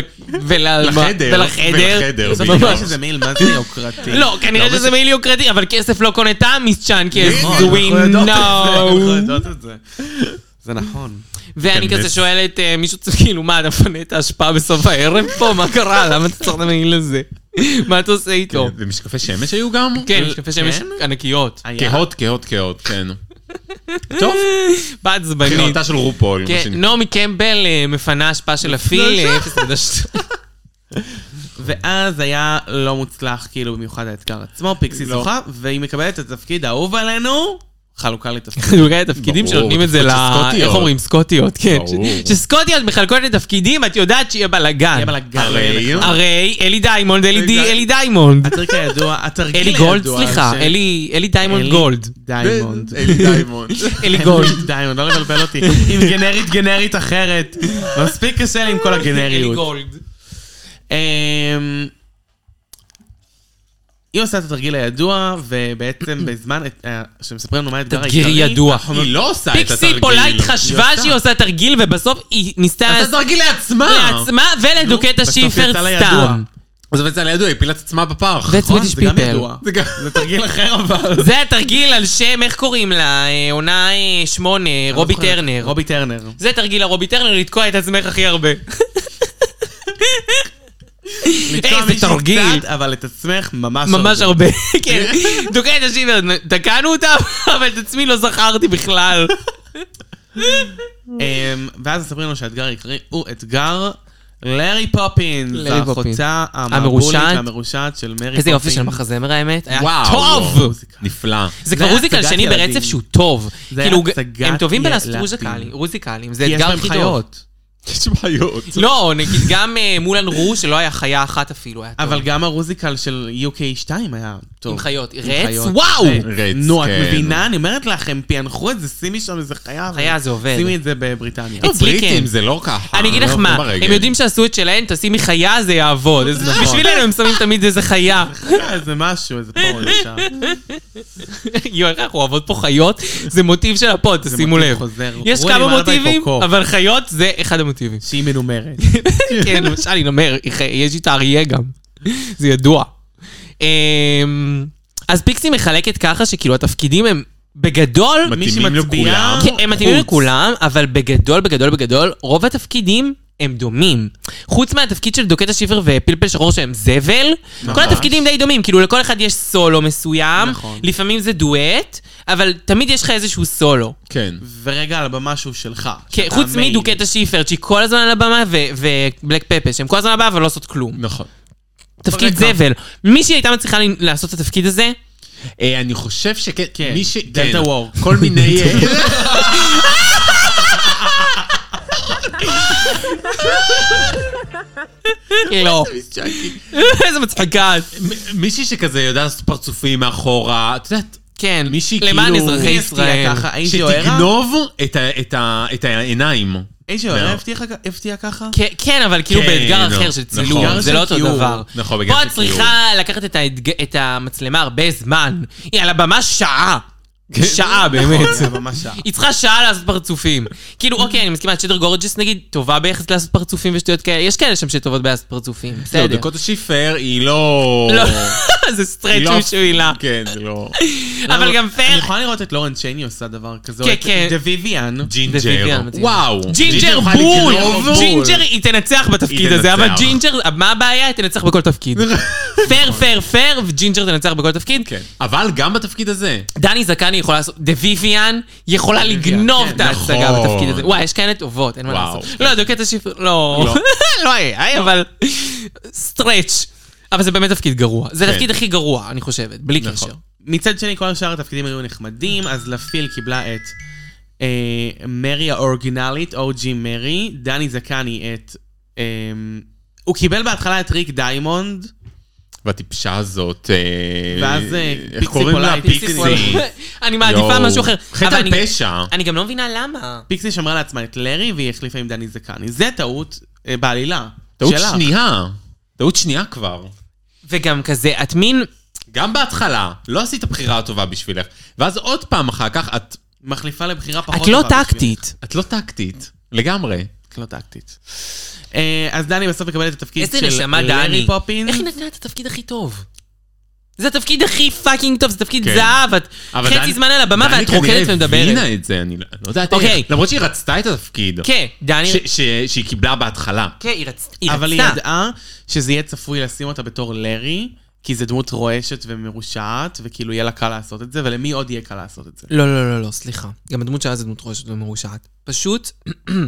S2: ול...
S4: לחדר,
S2: ולחדר.
S4: ולחדר,
S2: זה
S4: בדיוק.
S2: ממש-
S3: בגלל שזה מעיל, מה זה יוקרתי?
S2: אה, לא, כנראה שזה מעיל יוקרתי, אבל כסף לא קונה טעמיס צ'אן, כי
S3: נכון,
S2: אז
S3: אנחנו
S4: לא
S2: we
S3: יודעות את זה, אנחנו
S2: know.
S3: יודעות את זה. זה נכון.
S2: ואני
S4: כן,
S2: כזה
S4: נס.
S2: שואל את אה, מישהו, צריך- כאילו, מה, אתה מפנה את ההשפעה בסוף הערב פה? מה קרה? למה אתה צריך את המעיל הזה? מה אתה עושה איתו?
S4: ומשקפי שמש היו גם? אה,
S2: כן, משקפי שמש ענקיות.
S3: היה.
S4: כהות, כהות, כהות, כן. טוב,
S2: בת זמנית.
S4: בחירתה של רופול, לא מה
S2: כן,
S4: שנקרא.
S2: נעמי קמבל אה, מפנה השפעה של הפיל, אה, 0.2.
S3: ואז היה לא מוצלח, כאילו, במיוחד האתגר עצמו, פיקסי
S4: לא.
S3: זוכה, והיא מקבלת את התפקיד האהוב עלינו, חלוקה לתפקיד.
S2: חילוקי התפקידים
S4: ברור,
S2: שנותנים את זה ל...
S4: תפקיד של סקוטיות.
S2: איך אומרים? סקוטיות, כן.
S4: ברור.
S2: ש- שסקוטיות מחלקות את התפקידים, את יודעת שיהיה בלאגן.
S3: יהיה בלאגן.
S4: הרי-
S2: הרי אלי דיימונד, אלי די-
S3: די-
S2: אלי דיימונד.
S3: הטריק הידוע, התרגיל
S2: אלי
S3: הידוע.
S2: גולד, סליחה.
S3: של-
S2: אלי אלי דיימונד
S3: אלי
S2: גולד.
S3: דיימונד.
S4: אה, אלי דיימונד.
S2: אלי גולד.
S3: דיימונד, לא לבלבל אותי. עם גנרית גנרית אחרת. מספיק קשה לי עם כל
S2: אלי
S3: הגנריות.
S2: גולד.
S3: אמ, היא עושה את התרגיל הידוע, ובעצם בזמן אה, שמספרים לנו מה האתגר העיקרי...
S2: תרגיל ידוע.
S4: היא לא עושה את התרגיל.
S2: פיקסי פולייט חשבה שהיא עושה תרגיל, ובסוף היא ניסתה
S4: עשתה תרגיל לעצמה.
S2: לעצמה ולדוקט
S3: בסוף
S2: השיפר
S3: יצא לה ידוע.
S2: סתם.
S4: עזוב את זה על הידוע, היא הפילה את עצמה בפח.
S2: That's
S3: נכון,
S2: British
S3: זה גם
S2: people.
S3: ידוע.
S4: זה גם-
S3: זה תרגיל אחר אבל.
S2: זה התרגיל על שם, איך קוראים לה? אה, עונה אה, שמונה, רובי טרנר.
S3: לא רובי טרנר.
S2: זה תרגיל הרובי טרנר, לתקוע את עצמך הכי הרבה.
S3: לתקוע
S2: איזה
S3: מישהו
S2: תרגיל.
S3: קצת, אבל את עצמך ממש...
S2: ממש הרבה, כן. תוקע את השיבר, תקענו אותם, אבל את עצמי לא זכרתי בכלל.
S3: אמ, ואז מספרים לנו שהאתגר העיקרי הוא אתגר לארי פופינס,
S2: לארי פופינס.
S3: האחותה
S2: המרושעת.
S3: המבולית והמרושעת של מרי פופינס.
S2: איזה יופי של מחזמר האמת. היה
S4: וואו.
S2: טוב!
S4: נפלא.
S2: זה
S3: זה
S2: כבר
S3: היה
S2: מוזיקל
S3: הצגת
S2: שני
S3: ילדים.
S2: ברצף שהוא טוב.
S3: זה היה
S2: כאילו,
S3: הצגת
S2: הם טובים בלעשות
S3: ילדים.
S2: מוזיקלים, מוזיקלים, זה
S3: כי יש
S2: אתגר
S3: להם
S2: הכי טוב.
S3: חיות.
S4: יש בעיות.
S2: לא, נגיד גם אה, מולן רו, שלא היה חיה אחת אפילו, היה טוב.
S3: אבל גם הרוזיקל של UK 2 היה טוב.
S2: עם חיות.
S3: עם
S2: רץ,
S3: חיות.
S2: וואו!
S4: רץ,
S3: נו, את
S4: כן.
S3: מבינה? אני אומרת לך, הם פענחו את זה, שימי שם איזה חיה. אבל
S2: חיה זה עובד.
S3: שימי את זה בבריטניה.
S2: אצלי כן.
S4: בריטים זה לא ככה.
S2: אני אגיד
S4: לא
S2: לך
S4: הולכים
S2: מה,
S4: ברגל.
S2: הם יודעים שעשו את שלהם, תשימי חיה זה יעבוד. אז
S3: נכון.
S2: בשבילנו הם שמים תמיד איזה חיה.
S3: חיה, אה, איזה משהו, איזה פורל שם.
S2: יואו, איך אנחנו אוהבות פה חיות? זה מוטיב של הפוד, תשימו
S3: מוטיב
S2: לב.
S3: חוזר.
S2: יש
S3: רוני
S2: כמה
S3: מלבה
S2: מוטיבים,
S3: קוקו.
S2: אבל חיות זה אחד המוטיבים.
S3: שהיא מנומרת.
S2: כן, למשל, אני אומר, היא ח- יש איתה אריה גם. זה ידוע. אמ, אז פיקסי מחלקת ככה שכאילו התפקידים הם בגדול...
S4: מתאימים
S3: מישהי מצביעה-
S4: לכולם.
S2: כן, הם מתאימים
S4: חוץ.
S2: לכולם, אבל בגדול, בגדול, בגדול, רוב התפקידים הם דומים. חוץ מהתפקיד של דוקט השיפר ופלפל שחור שהם זבל, כל התפקידים די דומים, כאילו לכל אחד יש סולו מסוים,
S3: נכון.
S2: לפעמים זה דואט, אבל תמיד יש לך איזשהו סולו.
S4: כן.
S3: ורגע על הבמה שהוא שלך.
S2: כן,
S3: שאתה
S2: חוץ
S3: המיין.
S2: מדוקט השיפר, שהיא כל הזמן על הבמה, ו- ובלק פפה, שהם כל הזמן על הבמה אבל לא עושות כלום.
S4: נכון.
S2: תפקיד
S3: ברקע.
S2: זבל. מי שהייתה מצליחה ל- לעשות את התפקיד הזה,
S4: אה, אני חושב שכן,
S3: כן.
S4: מי ש...
S3: דלתה
S4: כן.
S3: וור.
S4: כל מיני... אה,
S2: לא.
S4: כן.
S2: איזה מצחיקה.
S4: מישהי שכזה יודע לעשות פרצופים מאחורה, את יודעת,
S2: כן,
S4: מישהי
S2: למען
S4: כאילו-
S2: אזרחי
S3: מי הפתיע
S2: ישראל.
S3: ככה? האיש יוארה?
S4: שתגנוב את ה- את ה- את העיניים.
S3: האיש יוארה
S4: לא.
S3: הבטיח- הבטיח ככה?
S2: כן, כן, אבל כאילו
S4: כן,
S2: באתגר
S4: נו,
S2: אחר של צילום,
S4: נכון.
S2: זה לא אותו
S3: אתגר של
S2: דבר.
S4: ציור. נכון, בגלל
S2: פה את
S4: שציור.
S2: צריכה לקחת את האתג- את המצלמה הרבה זמן. היא על הבמה שעה.
S4: כן.
S2: שעה באמת.
S4: נכון.
S3: זה היה ממש שעה.
S2: היא צריכה שעה לעשות פרצופים. כאילו, אוקיי, אני מסכימה, צ'דר גורג'ס נגיד, טובה ביחס לעשות פרצופים ושטויות כאלה, יש כאלה שם שטובות ביחס פרצופים,
S4: לא,
S2: בסדר.
S4: דקות השיפר היא לא...
S2: לא, זה סטרייט
S4: לא-
S2: שמילה.
S4: כן, זה לא...
S2: אבל גם
S3: אני
S2: פייר,
S3: יכולה לראות את לורן צ'ייני עושה דבר כזה.
S2: כן,
S3: או את
S2: כן.
S3: דה ויויאן.
S4: ג'ינג'ר.
S2: בווידאו, מדהים.
S4: וואו.
S2: ג'ינג'ר
S4: יכולה
S2: בול!
S4: לגנוב לא בול.
S2: ג'ינג'ר היא תנצח בתפקיד
S4: היא
S2: הזה, אבל
S4: תנצח. נכון.
S2: ג'ינג'ר, מה הבעיה? היא תנצח בכל תפקיד. פייר, פייר, פייר, וג'ינג'ר תנצח בכל תפקיד.
S4: כן. אבל גם בתפקיד הזה.
S2: דני זקני יכולה לעשות, דה ויויאן יכולה לגנוב
S3: כן,
S2: את ההצגה
S4: נכון.
S2: בתפקיד הזה. וואי, יש כאלה טובות, אין מה
S4: וואו. כן.
S2: לעשות. לא, דוקט השיפר, לא.
S4: לא.
S2: לא היה, היה, אבל סטרץ'. אבל זה באמת תפקיד גרוע. זה
S4: כן.
S2: התפקיד הכי גרוע, אני חושבת, בלי
S4: נכון.
S2: קשר.
S3: מצד שני, כל שאר התפקידים היו נחמדים, אז לפיל קיבלה את אה, מרי האורגינלית, או.ג'י מרי, דני זקני את... אה, הוא קיבל בהתחלה את ריק דיימונד,
S4: והטיפשה הזאת... אה,
S3: ואז, אה,
S4: איך
S3: פיקסי
S4: קוראים לה?
S3: פולאי, פיקסי
S4: פיקסי.
S2: אני מעדיפה
S4: יואו.
S2: משהו אחר. אבל
S4: חטא על
S2: אני-
S4: פשע.
S2: אני גם לא מבינה למה.
S3: פיקסי שמרה לעצמה את לארי והיא החליפה עם דני זקני. זה טעות אה, בעלילה.
S4: טעות
S3: שלך.
S4: שנייה. טעות שנייה כבר.
S2: וגם כזה, את מין...
S4: גם בהתחלה, לא עשית בחירה הטובה בשבילך. ואז עוד פעם אחר כך, את,
S3: מחליפה לבחירה פחות
S2: את לא
S3: טובה בשבילי.
S2: טקטית.
S4: את לא טקטית. לגמרי.
S3: את לא טקטית. אה, אז דני בסוף מקבל את התפקיד
S2: איזה
S3: של
S2: נשמה
S3: לארי
S2: דני.
S3: פופינס.
S2: איך היא נתנה את התפקיד הכי טוב? זה התפקיד הכי פאקינג טוב, זה תפקיד
S4: כן.
S2: זהב, את
S4: אבל
S2: חצי
S4: דני-
S2: זמן על הבמה
S4: דני
S2: ואת
S4: כנראה
S2: רוקדת ומדברת.
S4: הבינה את זה, אני לא אני לא יודעת
S2: אוקיי.
S4: איך. למרות שהיא רצתה את התפקיד.
S2: כן, דני...
S4: ש- ש- שהיא קיבלה בהתחלה.
S2: כן, היא רצ- היא
S3: אבל היא
S2: רצתה.
S3: ידעה שזה יהיה צפוי לשים אותה בתור לארי, כי זו דמות רועשת ומרושעת, וכאילו יהיה לה קל לעשות את זה, ולמי עוד יהיה קל לעשות את זה?
S2: לא, לא, לא, לא, סליחה. גם הדמות שלה זו דמות רועשת ומרושעת. פשוט,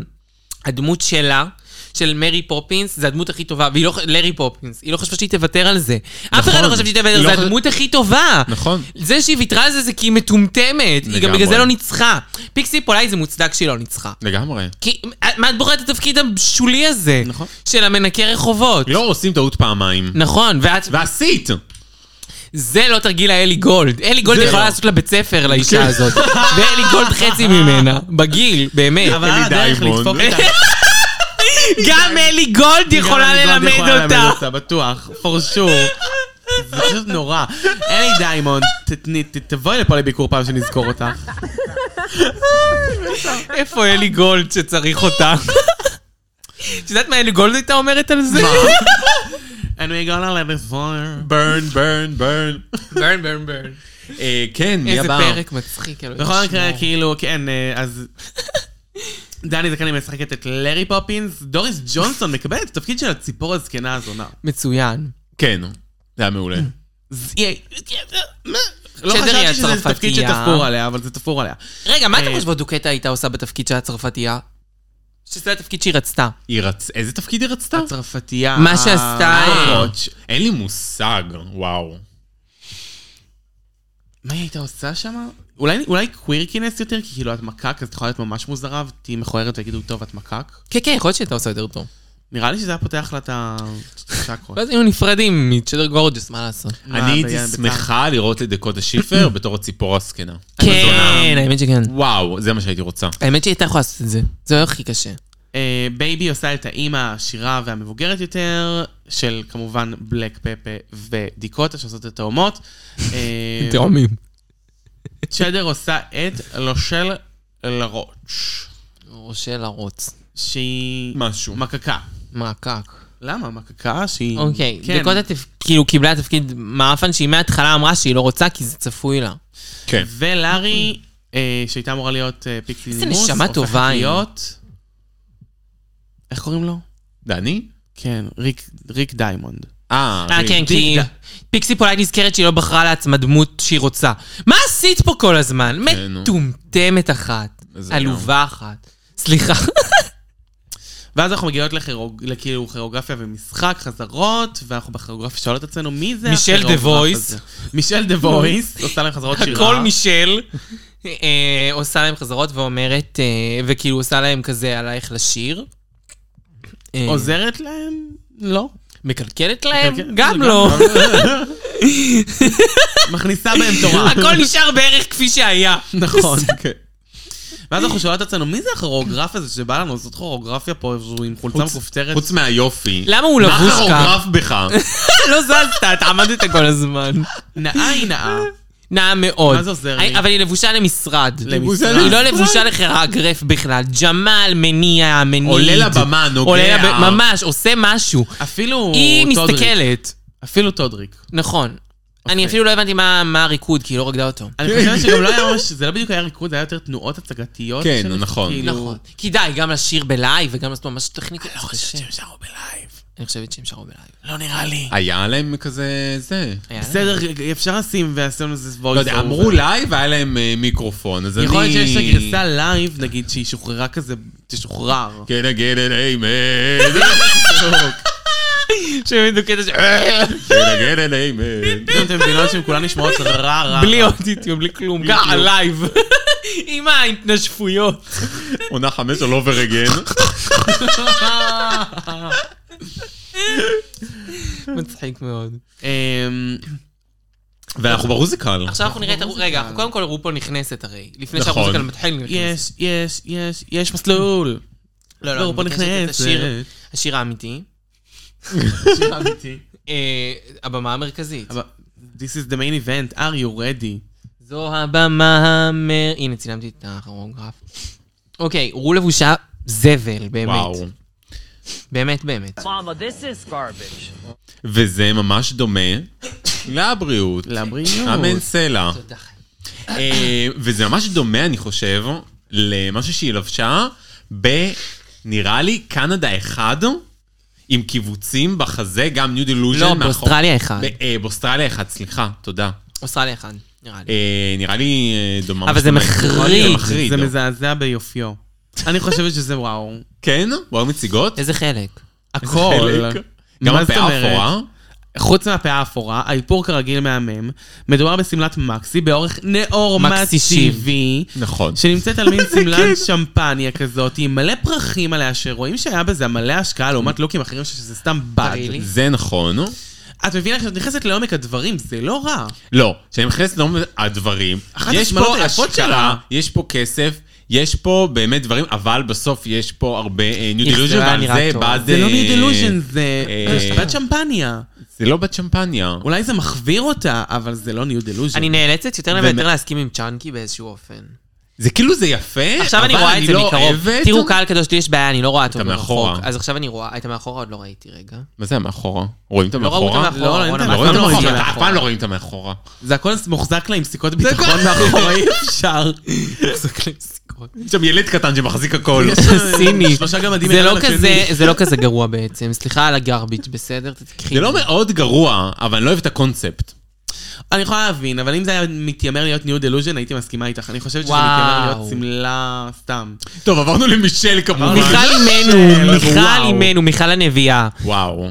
S2: הדמות שלה, של מרי פופינס, זה הדמות הכי טובה, והיא לא... ח- לארי פופינס, היא לא חשבה שהיא תוותר על זה. אף אחד
S4: נכון.
S2: לא חשב שהיא תוותר
S4: היא
S2: על
S4: לא
S2: זה,
S4: חש-
S2: הדמות הכי טובה.
S4: נכון.
S2: זה שהיא ויתרה על זה זה כי היא מטומטמת. היא גם
S4: לגמרי.
S2: בגלל זה לא ניצחה. פיקסי פולאי זה מוצדק שהיא לא ניצחה.
S4: לגמרי.
S2: כי אה, מה את בוחרת את התפקיד השולי הזה?
S3: נכון.
S2: של המנקה רחובות.
S4: לא עושים טעות פעמיים.
S2: נכון, ואת...
S4: ועשית!
S2: זה לא תרגיל האלי גולד. אלי גולד
S4: זה
S2: יכולה
S4: לא.
S2: לעשות לה בית ספר, לאישה הזאת. ואלי גולד חצי ממנה, בגיל, באמת.
S3: אבל על הדרך
S4: דיימונד.
S3: לדפוק אותה.
S2: גם אלי גולד יכולה
S3: גם אני מאוד
S2: ללמד אותה.
S3: בטוח, for sure. זה פשוט נורא. אלי דיימונד, ת- ת- ת- תבואי לפה לביקור פעם שנזכור אותך.
S2: איפה אלי גולד שצריך אותה? את יודעת מה אלי גולד הייתה אומרת על זה?
S3: And we gonna let it fire.
S4: ברן, ברן, ברן.
S2: ברן, ברן, ברן.
S4: אה, כן, מי
S2: איזה
S4: הבא?
S2: פרק מצחיק. אלוהים
S3: בכל מקרה,
S2: ישמור.
S3: כאילו, כן, אה, אז... דני זקני משחקת את לארי פופינס, דוריס ג'ונסון מקבלת את התפקיד של הציפור הזקנה הזונה.
S2: מצוין.
S4: כן. זה היה מעולה.
S3: זה- היא- לא
S2: שדר היא
S3: חשבתי שזה תפקיד
S2: הצרפתייה.
S3: שתפור עליה, אבל זה תפור עליה.
S2: רגע, מה
S3: אה.
S2: אתם חושבות דוקטה הייתה עושה בתפקיד של הצרפתייה? שזה התפקיד שהיא רצתה.
S4: היא רצ... איזה תפקיד היא רצתה?
S3: הצרפתייה.
S2: מה שעשתה, אה,
S4: Watch. אין לי מושג, וואו.
S3: מה היא הייתה עושה שם? אולי, אולי קווירקינס יותר, כי כאילו את מקק, אז את יכולה להיות ממש מוזרה, ותהיי מכוערת ויגידו, טוב, את מקק.
S2: כן, כן, יכול להיות שהייתה עושה יותר טוב.
S3: נראה לי שזה היה פותח לה את ה- את השקרות.
S2: ואז היינו נפרדים מצ'דר גורג'ס, מה לעשות?
S4: אני הייתי
S3: ביין,
S4: שמחה לראות את דקוטה שיפר בתור הציפור הזקנה.
S2: כן, האמת שכן.
S4: וואו, זה מה שהייתי רוצה.
S2: האמת שהיא הייתה יכולה לעשות את זה. זה לא הכי קשה.
S3: אה, בייבי עושה את האימא העשירה והמבוגרת יותר, של כמובן בלק פפה ודיקוטה שעושות את התאומות. אה,
S2: תאומים.
S3: צ'דר עושה את לושל לרוץ',
S2: ראשי לרוץ.
S3: שהיא
S4: משהו.
S3: מקקה.
S2: מעקק.
S3: למה? מקקה שהיא...
S2: אוקיי,
S3: כן.
S2: דקות התפ- כאילו קיבלה תפקיד מעפן שהיא מההתחלה אמרה שהיא לא רוצה כי זה צפוי לה.
S4: כן.
S3: ולארי, אה, שהייתה אמורה להיות אה, פיקסי
S2: איזה
S3: נימוס,
S2: נשמה טובה היא.
S3: להיות... איך קוראים לו?
S4: דני?
S3: כן, ריק, ריק דיימונד.
S4: אה,
S2: אה,
S4: רי-
S2: כן, כי
S3: דיק-
S2: פיקסי פולאי נזכרת שהיא לא בחרה לעצמה דמות שהיא רוצה. מה עשית פה כל הזמן?
S4: כן, נו.
S2: מטומטמת אחת.
S4: זה
S2: עלובה אחת. סליחה.
S3: ואז אנחנו מגיעות לכירוג... לכאילו כירוגרפיה ומשחק, חזרות, ואנחנו בכירוגרפיה שואלות את עצמנו מי זה
S2: מישל
S3: הכירוגרף
S2: דה וויס.
S3: הזה?" מישל דה וויס, עושה להם חזרות שירה.
S2: הכל מישל אה, עושה להם חזרות ואומרת, אה, וכאילו עושה להם כזה עלייך לשיר. אה,
S3: עוזרת להם? לא.
S2: מקלקלת להם?
S3: מקלקלת,
S2: גם
S3: גם לא.
S2: לא.
S3: מכניסה בהם תורה.
S2: הכל נשאר בערך כפי שהיה.
S3: נכון.
S4: כן.
S3: ואז אנחנו שואלות את עצמנו, מי זה הכוריאוגרף הזה שבא לנו לעשות כוריאוגרפיה פה איזשהו עם חולצה
S4: חוץ-
S3: מכופתרת?
S4: חוץ מהיופי.
S2: למה הוא לא לבוש
S4: מה
S2: כך?
S4: הכרוגרף בך?
S2: לא זזת, אתה עמדת כל הזמן.
S3: נאה היא נאה.
S2: נאה מאוד.
S3: מה זה עוזר לי?
S2: אבל היא לבושה למשרד.
S3: למשרד.
S2: היא לא לבושה לחרגרף בכלל. ג'מאל מניע, מניד.
S4: עולה לבמה, נוגע.
S2: עולה לב- ממש, עושה משהו.
S3: אפילו
S2: היא
S3: טודריק.
S2: מסתכלת.
S3: אפילו טודריק.
S2: נכון. אני אפילו לא הבנתי מה מה הריקוד, כי היא לא רקדה אותו.
S3: אוקיי. אני חושבת שגם לא היה ממש, זה לא בדיוק היה ריקוד, זה היה יותר תנועות הצגתיות.
S4: כן,
S3: של-
S4: נכון.
S3: כאילו-
S2: נכון. כי די, גם לשיר בלייב וגם לעשות ממש טכניקות.
S3: לא חושבת שהם שרו בלייב.
S2: אני חושבת שהם שרו בלייב.
S3: לא נראה לי.
S4: היה להם כזה, זה.
S2: היה להם?
S3: בסדר, אפשר לשים ועשינו לזה voice
S4: לא יודע,
S3: over.
S4: אמרו לייב, היה להם אה, מיקרופון, אז אני...
S3: יכול להיות שיש לה גרסה לייב, נגיד, שהיא שוחררה כזה, תשוחרר.
S4: כן, כן, איימן.
S2: שהם ידעו קטע ש...
S4: כן, כן, איימן.
S3: אם אתם מבינות שהן כולן נשמעות רע רע.
S2: בלי אודיטיום, לא. בלי כלום.
S3: בלי
S2: גם
S3: כלום.
S2: לייב. עם ההתנשפויות.
S4: עונה חמש על אובר אגן.
S2: מצחיק מאוד.
S3: אמ,
S4: ואנחנו ברוזיקל.
S2: עכשיו אנחנו נראה את הרופול, רגע, אנחנו קודם כל רופול נכנסת הרי. לפני
S4: נכון.
S2: שהרופול מתחיל, היא נכנסת.
S3: יש, יש, יש, יש מסלול.
S2: לא,
S3: לא,
S2: לא,
S3: פה
S2: אני מבקשת את
S3: נכנסת.
S2: השיר, השיר האמיתי.
S3: שיר אמיתי.
S2: אה, הבמה המרכזית.
S3: אבל- This is the main event, are you ready?
S2: זו הבמה המר... הנה, צילמתי את הכרוגרף. אוקיי, רו לבושה זבל,
S4: וואו.
S2: באמת. באמת, באמת.
S5: Mama, this is garbage.
S4: וזה ממש דומה לבריאות.
S3: לבריאות.
S4: אמן סלע.
S2: תודה, חיים.
S4: אה, וזה ממש דומה, אני חושב, למשהו שהיא לבשה ב... נראה לי קנדה אחד, עם קיבוצים בחזה, גם ניו דילוז'ן.
S2: לא,
S4: מאחור-
S2: באוסטרליה אחד.
S4: ב- אה, באוסטרליה אחד, סליחה, תודה.
S2: אוסטרליה אחד, נראה לי.
S4: אה, נראה לי אה, דומה.
S2: אבל
S4: ממש
S2: זה
S4: דומה.
S2: מחריד.
S4: זה מחריד.
S3: זה
S4: לא.
S3: מזעזע ביופיו. אני חושבת שזה וואו.
S4: כן? וואו מציגות?
S2: איזה חלק?
S3: הכל.
S4: חלק. גם
S3: מה זאת
S4: הפאה
S3: אומרת?
S4: אפורה?
S3: חוץ מהפאה האפורה, האיפור כרגיל מהמם, מדובר בשמלת מקסי באורך נאור
S2: מקסי שיב.
S3: מסיבי,
S4: נכון.
S3: שנמצאת על מין שמלת שמפניה כזאת, עם מלא פרחים עליה, שרואים שהיה בזה מלא השקעה לעומת לוקים אחרים שזה סתם בד.
S2: תראי לי.
S4: זה נכון.
S3: את מבינה, כשאת נכנסת לעומק הדברים, זה לא רע.
S4: לא, כשאני נכנס לעומק הדברים,
S3: אחת
S4: יש
S3: השמלות
S4: פה
S3: היפות
S4: השקעה,
S3: שלה.
S4: יש פה כסף, יש פה באמת דברים, אבל בסוף יש פה הרבה ניו
S2: איך
S4: דילוז'ן,
S2: זה היה
S4: ועל
S2: נראה
S4: זה
S2: טוב.
S4: בא
S3: זה לא ניו דילוז'ן, זה
S4: אה,
S3: בד שמפניה.
S4: זה לא בת שמפניה.
S3: אולי זה מחוויר אותה, אבל זה לא ניו דילוז'ן.
S2: אני נאלצת יותר
S4: ומ-
S2: ויותר להסכים עם צ'אנקי באיזשהו אופן.
S4: זה כאילו זה יפה,
S2: עכשיו אני
S4: אבל
S2: רואה את זה
S4: לא
S2: מקרוב.
S4: אוהבת.
S2: תראו, קהל קדוש, לי יש בעיה, אני לא רואה אותו
S4: אתה
S2: מרחוק.
S4: מאחורה.
S2: אז עכשיו אני רואה, את המאחורה עוד לא ראיתי, רגע.
S4: מה זה המאחורה? רואים את
S2: לא ראו אותה
S4: המאחורה?
S2: מאחורה,
S3: לא, אין
S2: רון,
S3: את
S2: אבל
S4: לא רואים את
S2: אף פעם לא ראיתי
S4: המאחורה, אתה אף פעם
S2: מאחורה.
S4: לא רואים את המאחורה.
S3: זה הכל מוחזק לה עם סיכות ביטחון מאחורי, אי אפשר.
S4: שם ילד קטן שמחזיק הכל.
S2: סיני.
S3: שלושה גמדים
S2: זה
S3: אחד
S2: לא
S3: על השני.
S2: כזה, זה לא כזה גרוע בעצם. סליחה על הגרביץ', בסדר? תתקחי.
S4: זה לא מאוד גרוע, אבל אני לא אוהב את הקונספט.
S3: אני יכולה להבין, אבל אם זה היה מתיימר להיות ניו דלוז'ן, הייתי מסכימה איתך. אני חושבת שזה
S2: וואו.
S3: מתיימר להיות שמלה סתם.
S4: טוב, עברנו למישל כמובן.
S2: מיכל
S3: של-
S4: לא,
S2: אימנו, מיכל
S3: וואו.
S2: אימנו, מיכל הנביאה.
S4: וואו.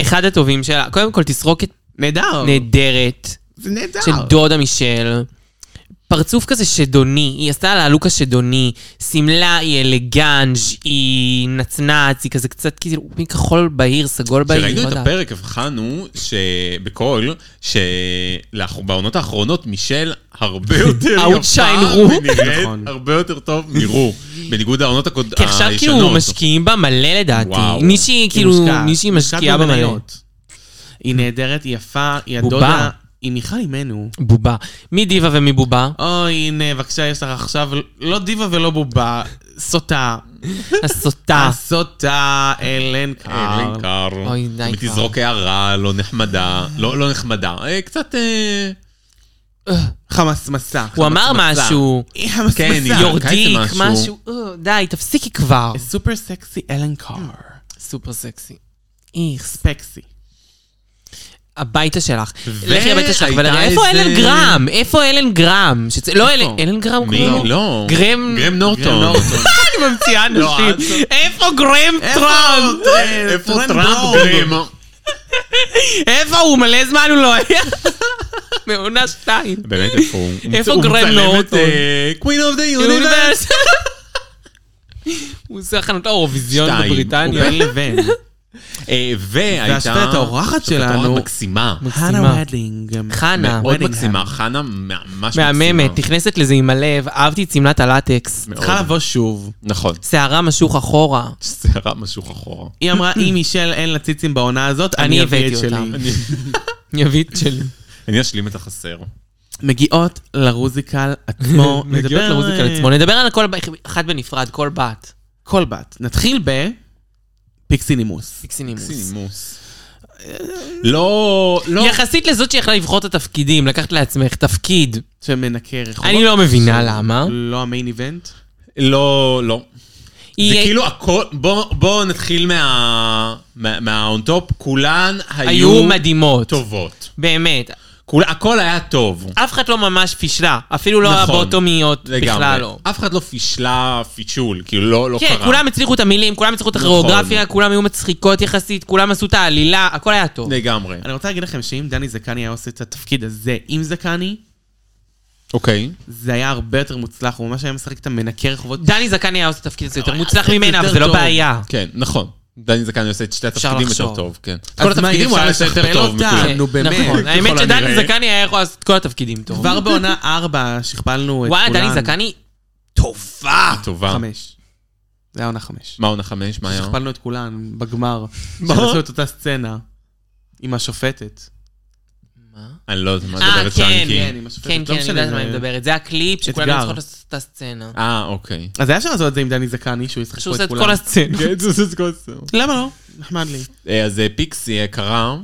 S2: אחד הטובים שלה. קודם כל, תסרוקת
S3: נהדר.
S2: נהדרת
S3: זה נהדר.
S4: אה.
S2: של דודה מישל. פרצוף כזה שדוני, היא עשתה לה לוק השדוני, שמלה היא אלגנג', היא נצנץ, היא כזה קצת כאילו מין כחול בהיר, סגול בהיר. לא
S4: כשראינו את
S2: יודעת.
S4: הפרק הבחנו שבקול, שבעונות האחרונות מישל הרבה יותר יפה
S2: Outshine רו.
S4: ונראית
S3: נכון.
S4: הרבה יותר טוב מרו, בניגוד לעונות הקוד-
S2: כי עכשיו כאילו
S4: הישנות.
S2: משקיעים בה מלא לדעתי.
S4: וואו.
S2: מישהי כאילו,
S3: מושקעת.
S2: מישהי
S3: מושקעת
S2: משקיעה בה מלא.
S3: במניות. היא נהדרת, היא יפה, היא
S2: בובה.
S3: הדודה. היא מיכל אימנו.
S2: בובה. מדיבה ומבובה.
S3: אוי, הנה, בבקשה, יש לך עכשיו לא דיבה ולא בובה, סוטה.
S2: הסוטה.
S3: הסוטה, אלן
S4: אה,
S3: קאר.
S4: קר.
S2: אוי, די כבר.
S4: ותזרוק הערה לא נחמדה, לא לא נחמדה, אה, קצת... אה,
S3: חמסמסה.
S2: הוא אמר
S4: מצה.
S2: משהו.
S3: היא חמסמסה.
S4: כן, היא-
S2: יורדיק,
S4: קיץ משהו.
S2: משהו. אה, די, תפסיקי כבר.
S3: סופר סקסי אלן קאר.
S2: סופר סקסי. איכס.
S3: ספקסי.
S2: הביתה שלך.
S4: ו-
S2: לכי הביתה שלך
S4: הייתה
S2: ולגן. איפה
S4: איזה-
S2: אלן גרם? איפה אלן גרם? שצ- לא אלן,
S3: איפה?
S2: אלן גרם
S4: מי?
S2: קוראים לו?
S4: לא.
S2: גרם-
S4: גרם
S3: גרם
S4: נורטון.
S3: נורטון.
S2: אני ממציאה
S4: לא,
S2: אנשים.
S4: את-
S2: איפה גרם טראמפ?
S4: אה, איפה טראמפ גרם?
S2: איפה הוא? מלא זמן הוא לא היה. מעונה שתיים.
S4: באמת, איפה הוא?
S2: איפה
S4: הוא
S2: גרם
S4: מצלם את,
S2: נורטון?
S4: אה, Queen of the Universe.
S2: יוניברס. הוא עושה הכנות לאירוויזיון
S4: שתיים.
S2: בבריטניה.
S4: הוא
S3: בין לבין.
S4: אה, והייתה...
S3: והשופטת האורחת
S4: שופטת
S3: שלנו-
S4: אורחת מקסימה.
S2: מקסימה.
S3: חנה ודלינג.
S2: חנה,
S4: מאוד
S3: Weddingham.
S4: מקסימה, חנה ממש מקסימה.
S2: מהממת, נכנסת לזה עם הלב, אהבתי את שמלת הלטקס.
S4: מאוד.
S3: צריכה לבוא שוב.
S4: נכון.
S2: שערה משוך אחורה.
S4: שערה משוך אחורה.
S3: היא אמרה, אם מישל אין לה ציצים בעונה הזאת,
S2: אני
S3: אני אביא
S2: הבאתי
S3: את שלי.
S2: אותם. יבית שלי.
S4: אני אשלים את החסר.
S3: מגיעות לרוזיקל עצמו.
S2: נדבר
S3: נדבר,
S2: למוזיקה
S3: אה,
S2: לעצמו, נדבר על כל בת, אחת בנפרד, כל בת.
S3: כל בת. נתחיל ב... פיקסי נימוס.
S2: פיקסי נימוס.
S4: נימוס. לא, לא.
S2: יחסית לזאת שיכלה לבחור את התפקידים, לקחת לעצמך תפקיד.
S3: שמנקה רחובות.
S2: אני לא מבינה למה.
S3: לא המיין איבנט.
S4: לא, לא. זה
S2: היא-
S4: כאילו הכל, בואו בוא נתחיל מה... מה- מהאונטופ, כולן
S2: היו
S4: היו
S2: מדהימות.
S4: טובות.
S2: באמת.
S4: כול, הכל היה טוב.
S2: אף אחת לא ממש פישלה, אפילו לא
S4: נכון.
S2: הבוטומיות,
S4: לגמרי.
S2: בכלל לא.
S4: אף אחד לא פישלה פישול, כאילו לא, לא
S2: כן,
S4: קרה. נכון.
S2: כולם הצליחו את המילים, כולם הצליחו את הכוריאוגרפיה, כולם היו מצחיקות יחסית, כולם עשו את העלילה, הכל היה טוב.
S4: לגמרי.
S3: אני רוצה להגיד לכם שאם דני זקני היה עושה את התפקיד הזה עם זקני,
S4: אוקיי.
S3: זה היה הרבה יותר מוצלח, הוא ממש היה משחק את המנקה רחובות.
S2: דני זקני היה עושה תפקיד
S4: אה,
S2: הזה יותר מוצלח
S3: עושה את זה
S2: ממנה, אבל
S3: יותר
S2: זה לא
S3: טוב.
S2: בעיה.
S4: כן, נכון. דני זקן עושה את שתי התפקידים יותר
S2: לחשוב.
S4: טוב, כן. את
S3: אז
S4: כל
S3: מה,
S4: התפקידים הוא
S3: אי
S4: היה
S3: אפשר
S4: עושה יותר
S3: לשכפל
S4: טוב
S3: אותה?
S4: מכולם.
S3: נו, באמת.
S2: לא נכון, האמת
S4: ככל
S2: שדני
S4: הנראה.
S2: זקני היה יכול לעשות את כל התפקידים טוב.
S3: כבר בעונה 4 שכפלנו את כולן.
S2: וואלה, דני זקני טובה.
S4: טובה.
S3: חמש. זה היה עונה חמש.
S4: מה עונה חמש? מה היה?
S3: שכפלנו את כולן בגמר. שעשו את אותה סצנה. עם השופטת.
S4: אני לא יודע מה
S2: אה,
S4: מדברת
S2: כן,
S4: צ'אנקי.
S3: עם השופטת.
S2: כן,
S3: לא
S2: כן, אני
S3: משנה,
S2: יודעת
S3: זה-
S2: מה אני מדברת. זה הקליפ שכולנו
S3: אתגר.
S2: צריכות לעשות את הסצנה.
S4: אה, אוקיי.
S3: אז היה אפשר לעשות את זה עם דני זקני, שהוא ישחק
S2: שהוא
S3: פה
S2: עושה
S3: את
S2: את כל
S3: כולם.
S2: הסצנה.
S4: כן, זה עושה את כל הסרט.
S3: למה לא? נחמד לי.
S4: אה, אז אה, פיקסי יקרה,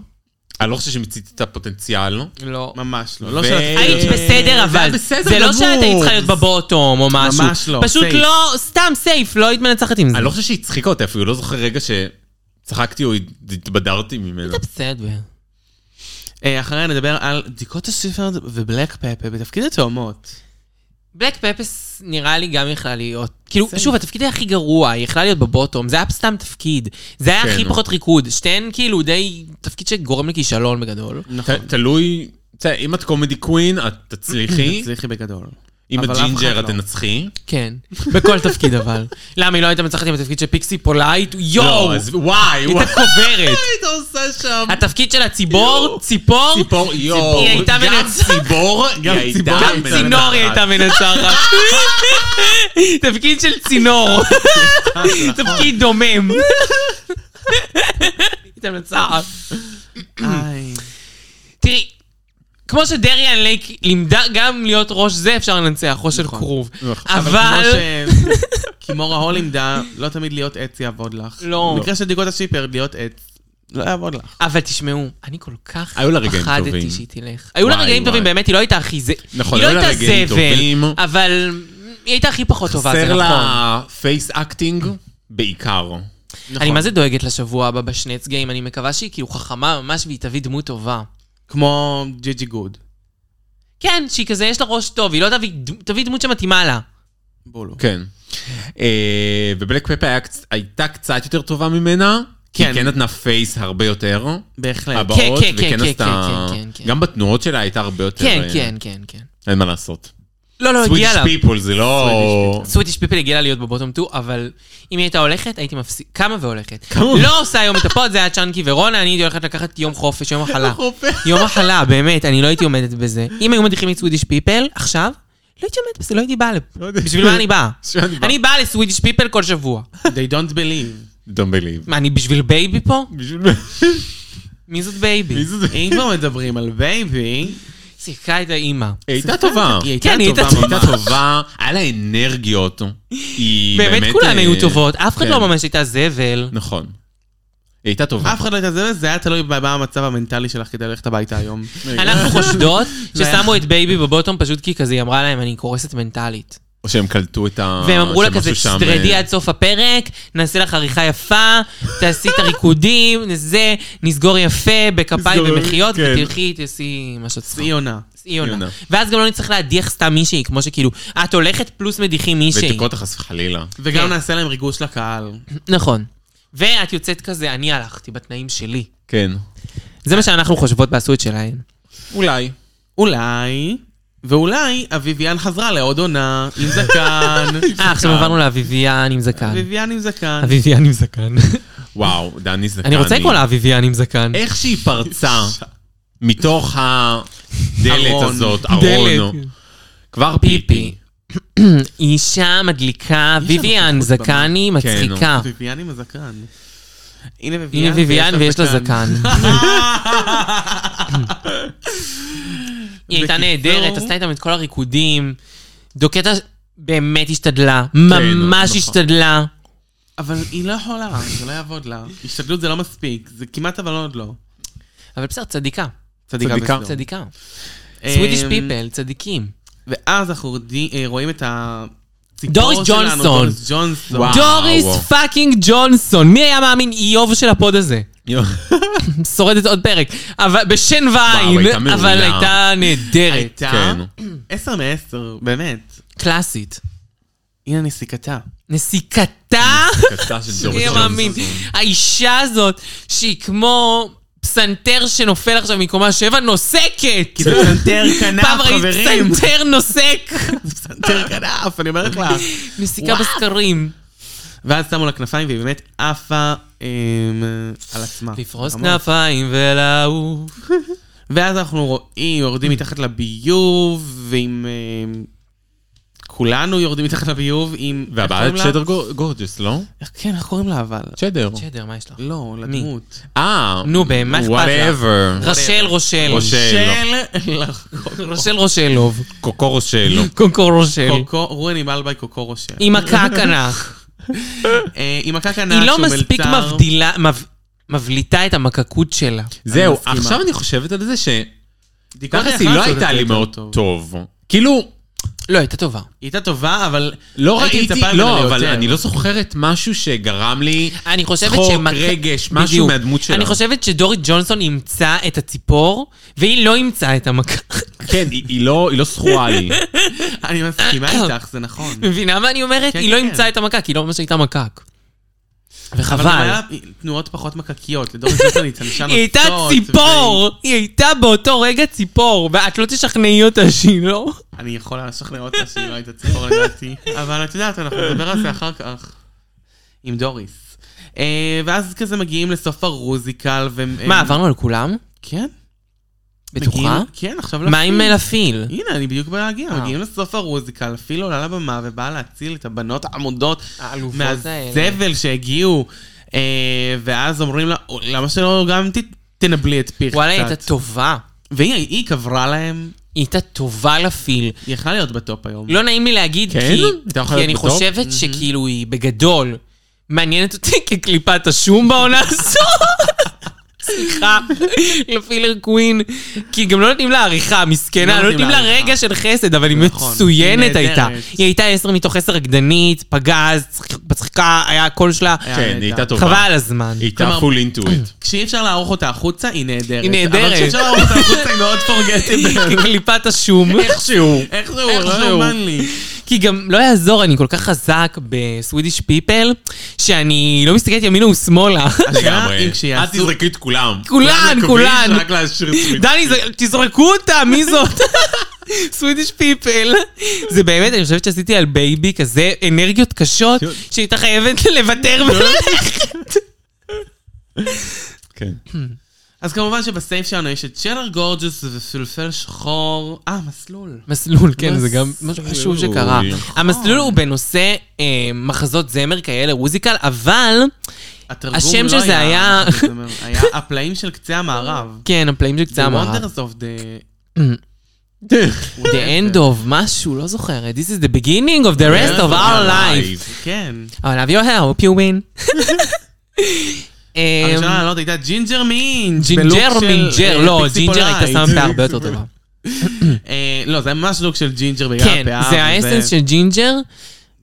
S4: אני לא חושב שמיצית את הפוטנציאל.
S2: לא.
S3: ממש לא.
S4: ו-
S3: לא של התפקיד.
S2: היית בסדר אבל,
S4: בסדר
S2: זה לא
S4: גמור.
S2: שאת היית צריכה להיות בבוטום או משהו,
S3: ממש לא,
S2: פשוט
S3: safe.
S2: לא, סתם סייף, לא היית מנצחת עם זה.
S4: אני לא חושב שהיא הצחיקה אותי אפילו, לא זוכר רגע שצחקתי או התבדרתי ממנה.
S2: זה בסדר.
S3: אה, אחריה נדבר על דיקוטה סיפרד ובלק פפה בתפקיד התאומות.
S2: בלק פפס נראה לי גם יכלה להיות, כאילו, שוב, התפקיד היה הכי גרוע, היא יכלה להיות בבוטום, זה היה סתם תפקיד. זה היה
S4: כן,
S2: הכי
S4: נו.
S2: פחות ריקוד, שתיהן כאילו די, תפקיד שגורם לכישלון בגדול.
S3: נכון.
S4: ת- תלוי, אתה יודע, אם את קומדי קווין, את תצליחי,
S3: תצליחי בגדול.
S4: אם את
S3: אבל אף אחד
S4: ג'ינג'ר, את
S3: לא.
S4: תנצחי.
S2: כן, בכל תפקיד אבל. למה היא לא הייתה מנצחת עם התפקיד של פיקסי פולייט? יואו!
S4: לא, אז וואי,
S2: היא
S4: וואי.
S2: הייתה קוברת.
S4: אתה עושה שם?
S2: התפקיד של הציבור, ציפור,
S4: ציפור, יואו.
S2: היא הייתה
S4: גם
S2: מנצחת.
S4: ציבור, היא
S3: גם
S4: הייתה
S3: ציפור,
S2: גם
S4: מנצחת.
S2: צינור היא הייתה מנצחת. תפקיד של צינור.
S4: נכון.
S2: תפקיד דומם. הייתה מנצחת.
S3: איי.
S2: תראי, כמו שדריאן לייק לימדה גם להיות ראש זה אפשר לנצח, ראש של
S3: נכון.
S2: כרוב.
S4: נכון.
S3: אבל
S2: אבל...
S3: כמו שקימורה הול לימדה, לא תמיד להיות עץ יעבוד לך.
S2: לא.
S3: במקרה של דיקוטה שיפרד, להיות עץ, לא יעבוד לך.
S2: אבל תשמעו, אני כל כך
S4: היו לה רגעים טובים.
S2: פחדתי שהיא תלך. היו לה
S4: וואי,
S2: רגעים טובים,
S4: וואי.
S2: באמת, היא לא הייתה הכי זה...
S4: נכון,
S2: היא
S4: היו
S2: לא
S4: לה
S2: הייתה
S4: רגעים טובים.
S2: זבל, אבל היא הייתה הכי פחות טובה, זה
S4: חסר
S2: נכון.
S4: לה פייס אקטינג בעיקר.
S3: נכון.
S4: נכון.
S2: אני מה זה דואגת לשבוע הבא בשנץ גיים, אני מקווה שהיא כאילו חכמה ממש והיא תביא דמות טובה.
S3: כמו ג'י ג'י גוד.
S2: כן, שהיא כזה, יש לה ראש טוב, היא לא תביא, ד- תביא דמות שמתאימה לה.
S3: בולו.
S4: כן. אה, ובלק פפה היה קצ- הייתה קצת יותר טובה ממנה. כי היא
S3: כן.
S4: כן נתנה פייס הרבה יותר.
S3: בהחלט.
S4: הבאות,
S2: כן, כן,
S4: וכן
S2: כן,
S4: עשתה...
S2: כן, כן, כן, כן.
S4: גם בתנועות שלה הייתה הרבה יותר...
S2: כן,
S4: אה,
S2: כן, כן, כן.
S4: אין מה לעשות.
S2: לא, לא, הגיע
S4: סווידיש
S2: לה.
S4: פיפול זה לא...
S2: סוויטיש פיפל הגיעה לה להיות בבוטום 2, אבל אם היא הייתה הולכת, הייתי מפסיק... קמה והולכת.
S4: כמה?
S2: לא עושה היום את הפוד, זה היה צ'אנקי ורונה, אני הייתי הולכת לקחת יום חופש, יום מחלה.
S4: חופש.
S2: יום מחלה, באמת, אני לא הייתי עומדת בזה. אם היו מדיחים את סווידיש פיפל, עכשיו, לא הייתי עומדת בזה, לא הייתי באה
S4: יודע.
S2: לפה. בשביל מה אני באה?
S4: בשביל מה אני באה?
S2: אני באה לסווידיש פיפל כל שבוע.
S3: They don't believe.
S4: Don't believe.
S2: מה, אני בשביל בייבי פה?
S4: בשביל
S2: מי זאת בייבי?
S4: מי זה זה?
S3: אם כבר מדברים על בייבי,
S2: שיחקה את האימא.
S4: היא הייתה טובה.
S3: היא
S4: היא
S3: הייתה
S2: כן, היא
S3: טובה
S2: הייתה
S4: הייתה
S3: ממש.
S4: טובה, היה לה אנרגיות. היא
S2: באמת כולן
S4: אה,
S2: היו טובות, אף אחד
S4: כן.
S2: לא ממש הייתה זבל.
S4: נכון. היא הייתה טובה.
S3: אף אחד לא הייתה זה, זה היה תלוי במה המצב המנטלי שלך כדי ללכת הביתה היום.
S4: כן.
S2: אנחנו חושדות
S3: זה היה-
S2: ששמו את בייבי בבוטום פשוט כי כזה היא אמרה להם אני קורסת מנטלית.
S4: או שהם קלטו את ה...
S2: והם אמרו לה
S4: אה, שמשהו
S2: כזה,
S4: שם,
S2: תרדי
S4: אה,
S2: עד סוף הפרק, נעשה לך עריכה יפה, תעשי את הריקודים, זה, נסגור יפה, בכפיים
S4: נסגור,
S2: ומחיאות,
S4: כן.
S2: ותלכי, תעשי מה שאת צריכה.
S3: היא עונה.
S2: היא עונה.
S4: עונה.
S2: ואז גם לא נצטרך להדיח סתם מישהי, כמו שכאילו, את הולכת פלוס מדיחים מישהי.
S4: ותקרא אותך חס וחלילה.
S3: וגם
S2: כן.
S3: נעשה להם ריגוש לקהל.
S2: נכון. ואת יוצאת כזה, אני הלכתי בתנאים שלי.
S4: כן.
S2: זה מה שאנחנו חושבות ועשו את שלהן.
S4: אולי.
S3: אולי, ואולי אביביאן חזרה לעוד עונה עם זקן.
S2: אה, עכשיו עברנו לאביביאן עם זקן.
S3: אביביאן עם זקן.
S2: אביביאן עם זקן.
S4: וואו, דני זקני.
S2: אני רוצה לקרוא לה אביביאן עם זקן.
S4: איך שהיא פרצה מתוך הדלת
S3: ארון.
S4: הזאת,
S2: דלת. כן.
S4: ארון. כבר פיפי.
S2: אישה מדליקה,
S3: יש לה
S2: ויויאן
S3: נוכחות
S2: זקני
S4: כן,
S2: מצחיקה.
S3: אביביאן עם הזקן. הנה ויויאן.
S2: אה. הנה ויויאן ויש לה זקן. היא הייתה
S3: בקיצור-
S2: נהדרת, עשתה איתם את כל הריקודים. דוקטה באמת השתדלה, ממש
S4: נכון.
S2: השתדלה.
S3: אבל היא לא יכולה, זה לא יעבוד לה. השתדלות זה לא מספיק, זה כמעט אבל עוד לא.
S2: אבל בסדר, צדיקה.
S4: צדיקה.
S3: בסדום.
S2: צדיקה.
S3: אמ,
S2: סווידיש פיפל, צדיקים.
S3: ואז אנחנו רודי- אה, רואים את הציפור
S2: דוריס
S3: שלנו,
S2: ג'ונסון.
S3: דוריס ג'ונסון.
S4: וואו.
S2: דוריס
S4: וואו.
S2: פאקינג ג'ונסון, מי היה מאמין איוב של הפוד הזה?
S4: יו.
S2: שורדת עוד פרק. אבל בשן
S4: הייתה
S2: ועין,
S4: מעולה.
S2: אבל הייתה נהדרת.
S3: הייתה
S2: כן.
S3: עשר מעשר, באמת.
S2: קלאסית.
S3: הנה נסיקתה.
S2: נסיקתה?
S4: קצה של ג'ורג'
S2: אני
S4: ג'ונסון.
S2: מאמין. האישה הזאת, שהיא כמו פסנתר שנופל עכשיו מקומה שבע, נוסקת!
S3: כי זה פסנתר
S2: פעם
S3: כנף,
S2: ראית
S3: חברים.
S2: פסנתר נוסק!
S3: זה פסנתר כנף, אני אומרת לך.
S2: נסיקה בסקרים.
S3: ואז שמו לה כנפיים והיא באמת עפה אמ, על עצמה.
S2: לפרוס
S3: ברמות.
S2: כנפיים ולעוף.
S3: ואז אנחנו רואים, יורדים מתחת לביוב, ועם... אמ, כולנו יורדים מתחת לביוב עם... איך
S4: והבעיה
S3: קוראים לה?
S4: צ'דר גור- גורג'ס, לא?
S3: איך- כן, איך קוראים לה אבל?
S4: צ'דר.
S2: צ'דר, מה יש לך?
S3: לא, לדמות.
S4: אה.
S2: נו, באמת, מה אכפת לך?
S4: וואטאבר.
S2: רשל רושל.
S4: רושל.
S3: של...
S2: רושל רושלוב.
S4: קוקורו שלו.
S2: קונקור רושל.
S3: קוקו, רואן עם אלבי קוקו רושר.
S2: עם הקעק ענק.
S3: אה, עם הקקה נעה
S2: היא לא
S3: שהוא מלצר.
S2: מספיק מבדילה, מב- מבליטה את המקקות שלה.
S4: זהו,
S3: מסכימה.
S4: עכשיו אני חושבת על זה ש...
S3: דיקור
S4: תכלס היא
S3: יכל
S4: לא
S3: לעשות את
S4: הייתה
S3: זה
S4: לי
S3: יותר
S4: מאוד
S3: טוב.
S4: טוב. כאילו,
S2: לא, הייתה טובה.
S3: היא הייתה טובה, אבל...
S4: לא
S3: הייתי
S4: ראיתי,
S3: מצפה ממנה
S4: לא, אבל
S3: ליותר.
S4: אני לא זוכרת משהו שגרם לי...
S2: אני חושבת
S4: צחוק,
S2: שמק-
S4: רגש, משהו
S2: בדיוק.
S4: מהדמות שלה.
S2: אני חושבת שדורית ג'ונסון אימצה את הציפור, והיא לא אימצה את המכה.
S4: כן, היא- היא לא היא לא זכורה לי.
S3: אני מסכימה איתך, זה נכון.
S2: מבינה מה אני אומרת?
S3: כן,
S2: היא לא
S3: כן.
S2: אימצה את המקק, היא לא ממש הייתה מקק.
S3: אבל גם
S2: וחבל.
S3: היה תנועות פחות מקקיות, לדור ג'ונסון היא צנשה נוצות.
S2: היא הייתה ציפור! היא הייתה באותו רגע ציפור, ואת לא תשכנעי אותה שהיא לא.
S3: והיא- אני יכול לשכנע אותה שהיא לא הייתה ציפור לדעתי, אבל את יודעת, אנחנו נדבר על זה אחר כך. עם דוריס. אה, ואז כזה מגיעים לסוף הרוזיקל, והם...
S2: מה,
S3: הם-
S2: עברנו על כולם?
S3: כן.
S2: בטוחה?
S3: אה. מגיעים- כן, עכשיו
S2: מה עם
S3: לפיל.
S2: מלפיל?
S3: הנה, אני בדיוק בא להגיע.
S2: אה.
S3: מגיעים לסוף הרוזיקל, אפילו עולה לבמה ובאה להציל את הבנות העמודות
S2: העלובות
S3: מהזבל שהגיעו. אה, ואז אומרים לה, "או, למה שלא גם ת- תנבלי את פיך
S2: וואלה, היא
S3: קצת?"
S2: הייתה טובה.
S3: והיא היא קברה להם,
S2: היא הייתה טובה לפיל.
S3: היא יכלה להיות בטופ היום.
S2: לא נעים לי להגיד,
S4: כן?
S2: כי,
S4: אתה יכול
S2: כי
S4: להיות
S2: אני
S4: בטופ?
S2: חושבת שכאילו היא בגדול מעניינת אותי כקליפת השום בעונה הזו. סליחה, לפילר קווין, כי גם לא נותנים לה עריכה, מסכנה,
S3: לא
S2: לא
S3: נותנים
S2: נותנים לה
S3: לה עריכה.
S2: רגע של חסד, אבל היא
S3: נכון,
S2: מצוינת
S3: היא
S2: הייתה.
S3: נהדרת.
S2: היא הייתה עשר מתוך עשר רקדנית, פגז, צחק- מצחיקה, היה הקול שלה,
S3: היה
S4: כן,
S3: נהדר.
S4: היא הייתה טובה.
S2: חבל על הזמן.
S4: היא הייתה
S3: כלומר-
S4: פול אינטואיט.
S3: כשאי אפשר לערוך אותה החוצה, היא נהדרת.
S2: היא נהדרת.
S3: אבל כשאפשר לערוך אותה החוצה, היא מאוד פורגטית.
S2: כקליפת השום.
S4: איכשהו.
S3: איך זהו,
S2: איך
S3: לא
S2: זהו?
S3: יאומן לי.
S2: כי גם לא יעזור, אני כל כך חזק בסווידיש פיפל, שאני לא מסתכלת ימינה ושמאלה.
S4: לגמרי.
S3: אם
S4: את
S3: כשיעשו-
S4: תזרקי את כולם.
S2: כולן,
S4: מקווים
S2: כולן.
S4: רק להשאיר את סוויט.
S2: דני, זה- תזרקו אותה, מי זאת? סווידיש פיפל. זה באמת, אני חושבת שעשיתי על בייבי כזה אנרגיות קשות, שהייתה חייבת לוותר וללכת.
S4: כן.
S3: אז כמובן שבסייף שלנו יש את שלר גורג'ס ופלפל שחור. אה, מסלול.
S2: מסלול, כן, זה גם משהו חשוב שקרה.
S4: נכון.
S2: המסלול הוא בנושא אה, מחזות זמר כאלה, מוזיקל, אבל,
S3: התרגום
S2: השם
S3: לא
S2: של זה היה-
S3: אנחנו נזמר. היה הפלאים של קצה המערב.
S2: כן, הפלאים של קצה המערב. Mm.
S3: The Wonders of the...
S2: The end of משהו, לא זוכרת. This is the beginning of the rest of our life.
S3: כן.
S2: I love your hair, hope you win. אה,
S3: הראשונה לעלות הייתה ג'ינג'ר מינג'.
S2: ג'ינג'ר
S3: בלוק של,
S2: מינג'ר,
S3: אה,
S2: לא,
S3: פיקסי
S2: ג'ינג'ר הייתה
S3: פולייט.
S2: סאונד הרבה יותר טובה.
S3: אה, לא, זה היה ממש לוק של ג'ינג'ר בגלל
S2: כן,
S3: הפאה.
S2: זה האסנס של ג'ינג'ר,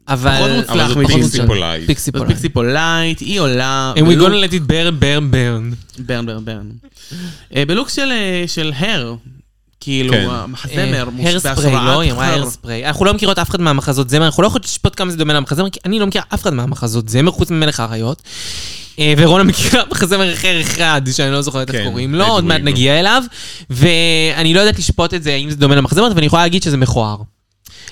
S2: אבל...
S3: פחות מוצלח
S4: אבל זאת
S3: מפיקסי
S4: פיקסי פולייט.
S2: פיקסי
S3: זאת
S2: פולייט.
S3: פיקסי לא פולייט, היא עולה.
S2: And we're
S3: בלוק-
S2: gonna let it burn, burn, burn.
S3: ברן, ברן, ברן. אה, בלוק של, אה, של הר. כאילו,
S4: כן.
S3: המחזמר. מוש-
S2: הרספרי,
S3: בהשראת
S2: אה, לא? היא אמרה
S3: הר.
S2: הרספרי. אנחנו לא מכירות אף אחד מהמחזות זמר, אנחנו לא יכולות לשפוט כמה זה דומה למחזמר, כי אני לא מכירה אף אחד מהמחזות זמר, חוץ ממלך האריות. אה, ורונה מכירה מחזמר אחר אחד, שאני לא זוכרת איך
S4: כן,
S2: קוראים לו,
S4: Ed
S2: עוד מעט
S4: Weaver.
S2: נגיע אליו. ואני לא יודעת לשפוט את זה, האם זה דומה למחזמר, אבל אני יכולה להגיד שזה מכוער.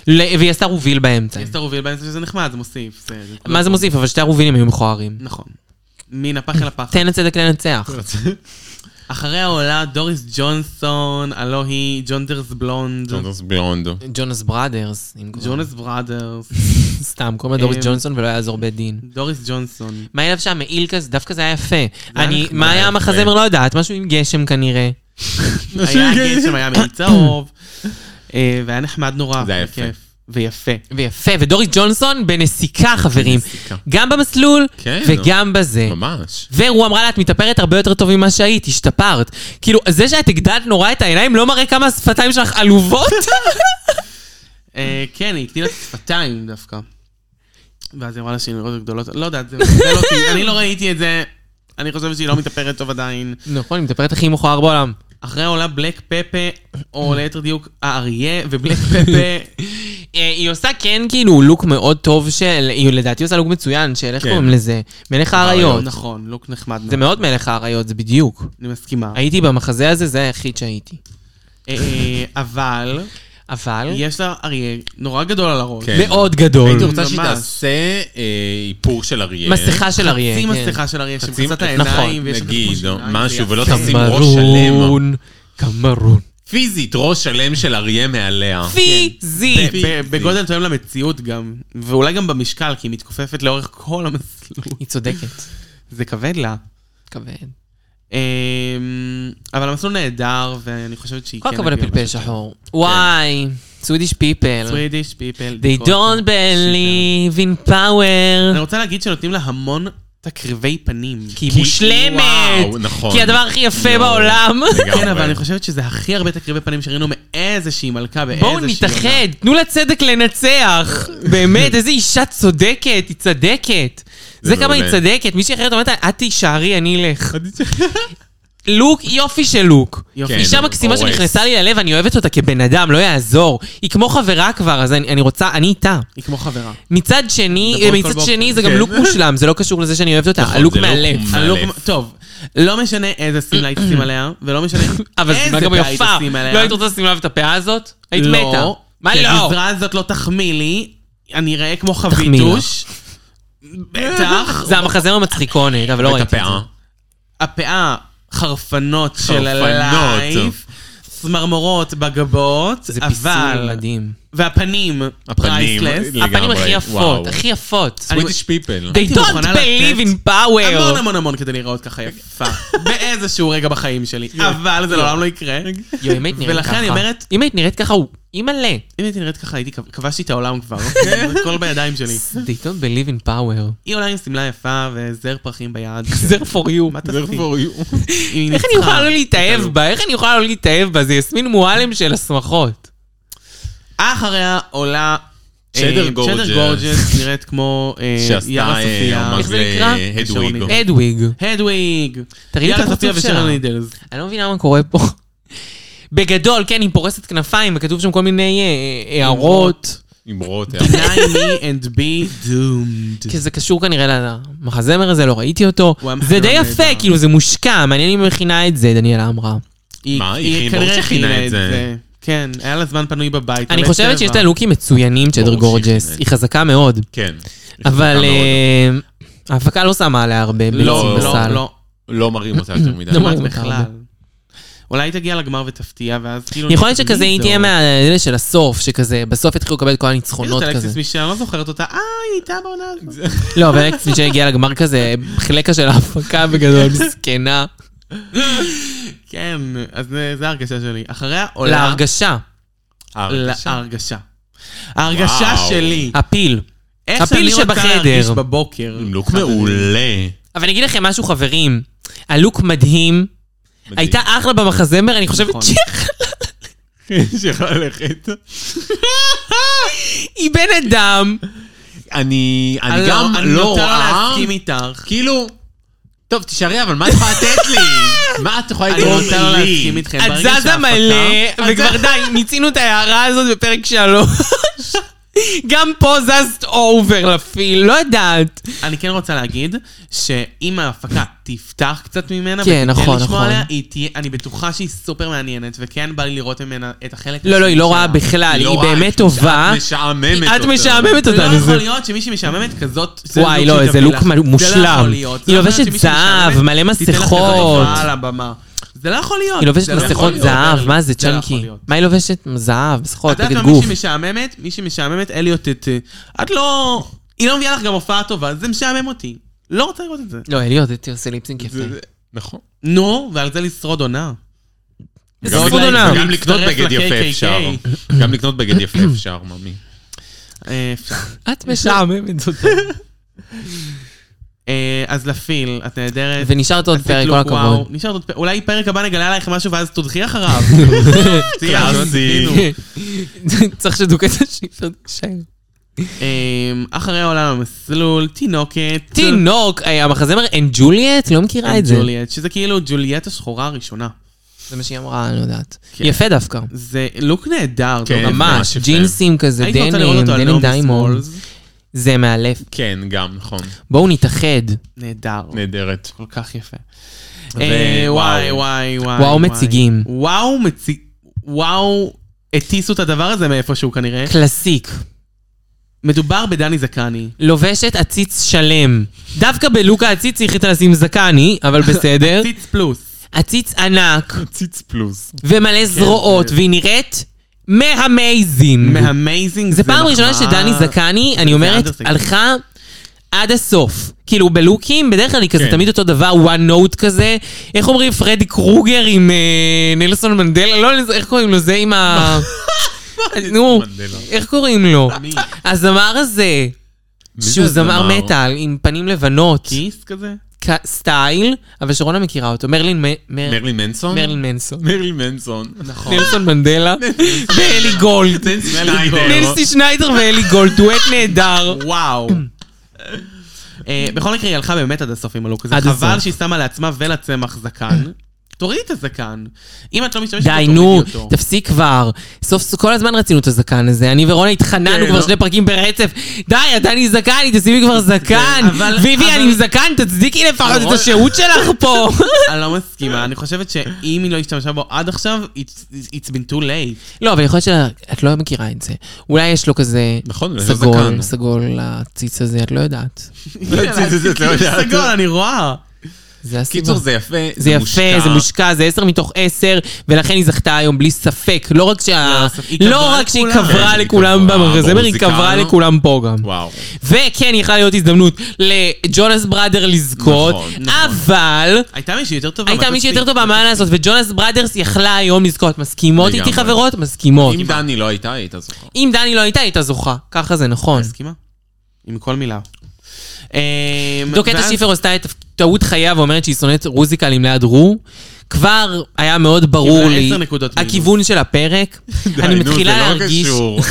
S2: ל- והיא עשתה רוביל באמצע.
S3: אסתר הוביל באמצע שזה נחמד, זה מוסיף. זה- זה
S2: מה זה מוסיף? אבל שתי הרובילים היו מכוערים.
S3: נכון. מן הפח אל הפח.
S2: תן לצדק לנצח.
S3: אחריה עולה דוריס ג'ונסון, הלו היא ג'ונדרס בלונד,
S4: ג'ונדס בלונדו.
S2: ג'ונס בראדרס, אם כבר.
S3: ג'ונס בראדרס,
S2: סתם, קוראים לה דוריס
S3: אה,
S2: ג'ונסון ולא יעזור בית דין.
S3: דוריס ג'ונסון.
S2: מה היא לבשה? מעיל כזה, דווקא זה היה יפה.
S3: היה
S2: אני,
S3: נחמד,
S2: מה היה
S4: יפה.
S2: המחזמר? לא יודעת, משהו עם גשם כנראה.
S3: היה גשם, היה מעיל צהוב, אה, והיה נחמד נורא.
S4: זה היה יפה.
S3: וכיף, ויפה.
S2: ויפה, ודוריס ג'ונסון בנסיקה, חברים.
S4: בנסיקה.
S2: גם במסלול,
S4: כן.
S2: וגם בזה.
S4: ממש.
S2: והוא אמרה לה, את מתאפרת הרבה יותר טוב ממה שהיית, השתפרת. כאילו, זה שאת הגדלת נורא את העיניים לא מראה כמה השפתיים שלך עלובות?
S3: אה, כן, היא הקטינה את השפתיים דווקא. ואז היא אמרה לה שהיא נראות גדולות, לא יודעת, זה מבלבל אותי, אני לא ראיתי את זה, אני חושבת שהיא לא מתאפרת טוב עדיין.
S2: נכון, היא מתאפרת הכי מכוער בעולם.
S3: אחריה עולה בלק פפה,
S4: Mm.
S3: או ליתר דיוק, האריה ובלק פפה.
S2: אה, היא עושה כן כאילו לוק מאוד טוב של, היא לדעתי עושה לוק מצוין, של איך
S4: כן.
S2: קוראים לזה? מלך האריות.
S3: נכון, לוק נחמד.
S2: זה
S3: מאוד.
S2: מאוד מלך האריות, זה בדיוק.
S3: אני מסכימה.
S4: אה,
S2: הייתי במחזה הזה, זה היחיד שהייתי.
S3: אה, אה, אבל,
S2: אבל,
S3: יש לה אריה נורא גדול על הראש.
S4: אה? כן.
S2: מאוד גדול. כן.
S4: הייתי רוצה שהיא
S3: ממש.
S4: תעשה אה, איפור של אריה.
S2: מסכה של אריה.
S4: אה,
S3: שים
S2: כן.
S3: מסכה של אריה שמכסה את
S2: נכון,
S3: העיניים, ויש לה כמו
S4: נגיד, או
S3: שיניים,
S4: משהו,
S3: זה
S4: ולא
S3: יפה.
S4: תשים ראש שלם.
S2: כן. קמרון, כן. קמרון.
S4: פיזית, ראש שלם של אריה מעליה.
S2: פיזי.
S3: ב- ב- בגודל תואם למציאות גם, ואולי גם במשקל, כי היא מתכופפת לאורך כל המסלול.
S2: היא צודקת.
S3: זה כבד לה.
S2: כבד.
S3: אמ, אבל המסלול נהדר, ואני חושבת שהיא
S2: כל
S3: כן...
S2: הכבוד לפלפל שחור. וואי, כן. סווידיש פיפל.
S3: סווידיש פיפל.
S2: They don't believe in
S3: אני
S2: power.
S3: רוצה להגיד שנותנים לה המון תקריבי פנים.
S2: כי היא מושלמת.
S4: וואו, נכון.
S2: כי היא הדבר הכי יפה
S4: לא.
S2: בעולם.
S4: לגמרי.
S3: כן, אבל אני חושבת שזה הכי הרבה תקריבי פנים שראינו מאיזושהי מלכה באיזושהי...
S2: בואו נתאחד, תנו לצדק לנצח. באמת, איזה אישה צודקת, היא צדקת. זה כמה היא
S4: מעולה.
S2: צדקת, מישהי אחרת אומרת, לה, את תישארי, אני אלך. לוק, יופי של לוק.
S3: יופי.
S4: כן,
S2: אישה מקסימה
S4: הורס.
S2: שנכנסה לי ללב, אני אוהבת אותה כבן אדם, לא יעזור. היא כמו חברה כבר, אז אני אני רוצה, אני איתה.
S3: היא כמו חברה.
S2: מצד שני,
S3: זה פרוטוקול
S2: מצד שני זה גם
S4: כן.
S2: לוק מושלם, זה לא קשור לזה שאני אוהבת אותה,
S4: נכון,
S2: הלוק
S4: זה לוק
S2: מהלב.
S4: מושלם.
S3: הלוק-
S4: מאלף.
S3: טוב, לא משנה איזה שמלה היא תשים עליה, ולא משנה
S2: אבל
S3: איזה
S2: זו גם
S3: פאה היא
S2: יפה.
S3: תשים עליה.
S2: לא היית רוצה לשים עליו את הפאה הזאת? היית
S3: לא,
S2: מתה. מה
S4: כן,
S3: כי
S2: לא?
S3: הגזרה הזאת לא תחמיא לי, אני אראה כמו
S2: תחמיא לך.
S3: חביתוש. בטח.
S2: זה המחזמר המצחיקונת, אבל לא
S4: את
S2: ראיתי את
S4: הפאה.
S3: הפאה, חרפנות של
S4: חרפנות.
S3: הלייב, צמרמורות בגבות,
S2: זה. זה
S3: אבל...
S2: פיסול מדהים.
S3: והפנים,
S4: הפנים, לא.
S3: פרייסלס.
S4: לגמרי,
S2: הפנים הכי יפות,
S4: וואו.
S2: הכי יפות.
S4: סווידיש פיפל.
S2: They
S3: הייתי
S2: don't
S3: מוכנה
S2: believe
S3: לתת
S2: in power.
S3: המון המון המון כדי להיראות ככה יפה. באיזשהו רגע בחיים שלי. אבל זה לעולם לא יקרה.
S2: יואי, אם היית נראית ככה.
S3: ולכן אני אומרת-
S2: אם היית נראית ככה, הוא... אימא'לה.
S3: אם הייתי נראית ככה, הייתי כבשתי את העולם כבר. אוקיי? זה הכל בידיים שלי.
S2: They don't believe in power.
S3: היא עולה עם שמלה יפה וזר פרחים ביד.
S2: זר for you.
S3: מה תעשי? כן. היא
S2: איך אני
S3: ניצחה.
S2: יכולה לא להתאהב בה? איך אני יכולה לא להתאהב בה? זה יסמין מועלם של השמחות.
S3: אחריה עולה... אה,
S4: צ'דר גורג'ס.
S3: צ'דר גורג'ס נראית כמו אה,
S4: שעשתה
S3: יארה
S4: אה,
S3: סופיה.
S2: איך
S4: אומת
S2: זה נקרא?
S4: הדוויגו.
S3: שרונית.
S2: אדוויג.
S3: הדוויג.
S2: תראי לי את
S3: יארה
S2: הפרצוף
S3: סופיה ושרון
S2: שלה.
S3: נידלס.
S2: אני לא מבינה מה קורה פה. בגדול, כן, היא פורסת כנפיים, וכתוב שם כל מיני אה, אה, הערות.
S4: עם רוט.
S3: Deny me and be doomed.
S2: כי זה קשור כנראה למחזמר הזה, לא ראיתי אותו.
S3: הוא היה
S2: זה די
S3: מחזמר
S2: יפה,
S3: נהדר.
S2: כאילו זה מושקע, מעניין אם היא מכינה את זה, דניאלה אמרה.
S4: מה, היא הכינה- ברור שהכינה את זה.
S3: כן, היה לה זמן פנוי בבית.
S2: אני
S3: עולה
S2: חושבת
S3: צבע.
S2: שיש לה לוקים מצוינים, צ'דר
S4: ברור שהיא
S2: גורג'ס,
S4: הכינה את
S2: היא חזקה מאוד.
S4: כן.
S2: אבל
S4: מאוד.
S2: אה, ההפקה לא שמה עליה הרבה
S3: לא,
S2: בעצם
S3: לא,
S2: בסל.
S3: לא.
S4: לא מראים אותה יותר
S2: לא
S4: מדי.
S3: כמעט
S2: מראים אותה
S3: בכלל.
S2: הרבה.
S3: אולי היא תגיע לגמר ותפתיע, ואז כאילו...
S2: יכול להיות
S3: נגיד,
S2: שכזה
S3: מי
S2: היא
S3: זו?
S2: תהיה מהאלה של הסוף, שכזה בסוף יתחילו לקבל את כל
S3: מי זאת
S2: הניצחונות
S3: אלכסיס
S2: כזה.
S3: מישל? אני לא זוכרת אותה. אה, היא הייתה בעונה הזאת.
S2: לא, אבל אלכס מישל הגיע לגמר כזה, חלקה של ההפקה בגדול, מסכנה.
S3: כן, אז זה- זה ההרגשה שלי. אחריה עולה...
S2: להרגשה, לא.
S3: להרגשה. ההרגשה
S4: וואו.
S3: שלי.
S2: הפיל.
S3: איך
S2: הפיל
S3: שאני רוצה
S2: שבחדר.
S3: להרגיש בבוקר.
S4: עם לוק מעולה.
S2: אבל אני אגיד לכם משהו, חברים. הלוק מדהים. הייתה אחלה במחזמר, אני חושבת
S3: נכון.
S4: שיכולה ללכת.
S2: שהיא בן אדם.
S3: כן,
S4: אני אני
S3: אני
S4: גם לא
S3: נוטה
S4: רואה...
S3: להסכים איתך.
S4: כאילו... טוב, תישארי, אבל מה את יכולה לתת לי? מה את יכולה
S3: אני
S4: לתרום
S3: רוצה לא
S4: לי?
S3: להסכים איתכם.
S2: את
S3: ברגע
S2: זזה
S3: שההפקה-
S2: מלא, וכבר די, מיצינו את ההערה הזאת בפרק שלוש. גם פה זזת אובר לפיל, לא יודעת.
S3: אני כן רוצה להגיד, שאם ההפקה תפתח קצת ממנה,
S2: כן,
S3: וכן
S2: נכון,
S3: לשמוע
S2: נכון.
S3: עליה, היא תהיה, אני בטוחה שהיא סופר מעניינת, וכן בא לי לראות ממנה את החלק
S2: לא, לא, היא
S3: השני
S2: לא רעה
S3: שלה.
S2: בכלל,
S4: לא
S2: היא
S4: רעה,
S2: באמת
S4: את
S2: טובה.
S4: משעממת
S2: את
S4: אותה.
S2: משעממת
S3: לא
S2: אותנו.
S3: יכול להיות שמישהי משעממת כזאת, זה
S2: וואי,
S3: לוק
S2: לא,
S3: שהיא
S2: איזה
S3: תביא
S2: לוק מ-
S3: לך. זה לא יכול
S2: מושלם.
S3: להיות.
S2: היא
S3: זאת
S2: לובשת
S3: אומרת שמישהי
S2: זהב,
S3: משעממת,
S2: מלא
S3: תיתן לך
S2: מסכות.
S3: חריפה על הבמה. זה לא יכול להיות.
S2: היא לובשת
S3: זה לא יכול
S2: מסכות
S3: להיות.
S2: זהב, מה זה
S3: זה לא יכול
S2: צ'אנקי?
S3: להיות.
S2: מה היא לובשת? זהב, מסכות,
S3: את יודעת
S2: נגד
S3: מה,
S2: גוף.
S3: מישהי משעממת? מישהי משעממת, אליוט את... אה, את לא... היא לא מביאה לך גם הופעה טובה, זה משעמם אותי. לא רוצה לראות את זה.
S2: לא, אליוט, הייתי עושה ליפסינג יפה.
S4: זה- זה- נכון.
S3: נו, ועל זה לשרוד עונה.
S4: גם
S2: זכות
S4: לקנות-
S2: עולם.
S4: גם לקנות
S3: להצטרף
S4: בגד יפה
S3: ל-KKK.
S4: אפשר. גם לקנות בגד יפה אפשר, ממי.
S3: אה, אפשר.
S2: את משעממת אותה.
S3: אה, אז לפיל, את נהדרת.
S2: ונשארת עוד
S3: עשית
S2: פרק, כל
S3: לוק, כאילו וואו.
S2: הכבוד.
S3: נשאר עוד פרק, אולי פרק הבא נגלה עלייך משהו ואז תודחי אחריו.
S4: קלאסי.
S3: קלאסי.
S2: צריך שדוקא את השיפר תישאר.
S3: אמ, אחרי העולם המסלול, תינוקת.
S2: תינוק, אה, המחזמר אין ג'וליאט? לא מכירה את זה.
S3: ג'וליאט, שזה כאילו ג'וליאט השחורה הראשונה.
S2: זה מה שהיא אמרה, אני לא יודעת.
S3: כן.
S2: יפה דווקא.
S3: זה לוק נהדר.
S4: כן,
S3: דווקא.
S2: ממש,
S4: ממש יפה.
S2: ג'ינסים כזה,
S3: הייתי רוצה לראות
S2: דנים,
S3: אותו על
S2: דנים
S3: נעמי
S2: דיימונד.
S3: סמולס.
S2: זה מאלף.
S4: כן, גם, נכון.
S2: בואו נתאחד.
S3: נהדר.
S4: נהדרת.
S3: כל כך יפה.
S4: ו-
S3: אה, וואי,
S4: וואו.
S3: וואי, וואי.
S2: וואו מציגים.
S3: וואו מציג... וואו, הטיסו את הדבר הזה מאיפשהו כנראה.
S2: קלאסיק.
S3: מדובר בדני זקני.
S2: לובשת עציץ שלם. דווקא בלוק העציץ היא החליטה לשים זקני, אבל בסדר.
S3: ציץ פלוס.
S2: עציץ ענק,
S3: כן,
S4: ציץ פלוס.
S2: ומלא זרועות, והיא נראית מהמייזינג.
S3: מהמייזינג.
S2: זה פעם ראשונה שדני זקני, אני אומרת,
S3: אנדרסטייטמנט.
S2: הלכה עד הסוף. כאילו בלוקים, בדרך כלל היא כזה
S4: כן.
S2: תמיד אותו דבר, one note כזה. איך אומרים פרדי קרוגר עם אה, נלסון מנדלה? לא, נלס- איך קוראים לו? זה עם ה... נו,
S4: מנדלה.
S2: איך קוראים לו? הזמר הזה,
S4: מי זה
S2: שהוא זמר
S4: הזמר?
S2: מטאל, עם פנים לבנות,
S3: כיס כזה?
S2: כ- סטייל, אבל שרונה מכירה אותו, מרלין מ- מר-
S4: מרלין מנסון?
S2: מרלין מנסון.
S4: מרלין מנסון.
S2: נלסון מנדלה ואלי גולד.
S4: שניידר.
S2: נלסי שניידר ואלי גולד, דואט נהדר.
S3: וואו. אה, בכל מקרה, היא הלכה באמת עד הסוף עם הלוק הזה.
S2: עד
S3: חבל
S2: הסוף.
S3: שהיא שמה לעצמה ולצמח זקן. תורידי את הזקן. אם את לא משתמשת בו,
S2: די,
S3: תורידי
S2: נו,
S3: אותו.
S2: תפסיק כבר. סוף סוף, כל הזמן רצינו את הזקן הזה. אני ורונה התחננו
S4: כן,
S2: כבר
S4: לא.
S2: שני פרקים ברצף. די, את אני זקני, תשימי כבר
S4: כן,
S2: זקן.
S3: אבל-
S2: ויבי,
S3: אבל-
S2: אני עם זקן, תצדיקי לפחות את
S3: נכון.
S2: השהות שלך פה.
S3: אני לא מסכימה, אני חושבת שאם היא לא השתמשה בו עד עכשיו, it's it's been too late.
S2: לא, אבל יכול להיות שאת לא מכירה את זה. אולי יש לו כזה
S4: נכון, יש לו
S2: סגול,
S4: זקן.
S2: סגול לציץ הזה, את לא יודעת.
S4: לא, זה- זה- זה- את לא יודעת.
S3: סגול, אני רואה.
S2: זה הסיבה.
S4: קיצור, זה יפה,
S2: זה יפה, זה מושקע, זה עשר מתוך עשר, ולכן היא זכתה היום בלי ספק. לא רק שה...
S3: ספק, היא
S2: לא
S3: קברה
S2: רק שהיא
S3: לכולם.
S4: כן,
S2: קברה
S4: היא
S2: לכולם
S4: קברה,
S2: במחזמר,
S4: ברור,
S2: היא
S4: זיכרנו.
S2: קברה לכולם פה גם.
S4: וואו.
S2: וכן, יכלה להיות הזדמנות לג'ונס בראדר לזכות,
S4: נכון, נכון.
S2: אבל...
S3: הייתה מישהי יותר טובה.
S2: הייתה
S3: מה
S2: מישהי
S3: תעשי?
S2: יותר טובה, מה לעשות? וג'ונס בראדרס יכלה היום לזכות. מסכימות איתי
S4: לגמרי.
S2: חברות? מסכימות.
S4: אם דני לא הייתה, היית זוכר.
S2: אם דני לא הייתה, הייתה זוכה. ככה זה נכון.
S3: מסכימה? עם כל מילה. אה,
S2: דוקטה
S3: ואז-
S2: שיפר עושה את טעות חייה ואומרת שהיא שונאת רוזיקלים ליד רו. כבר היה מאוד ברור
S3: קיבלה
S2: לי
S3: עשר נקודות מינוס.
S2: הכיוון של הפרק. אני
S4: די, נו,
S2: מתחילה
S4: זה לא
S2: להרגיש...
S4: קשור.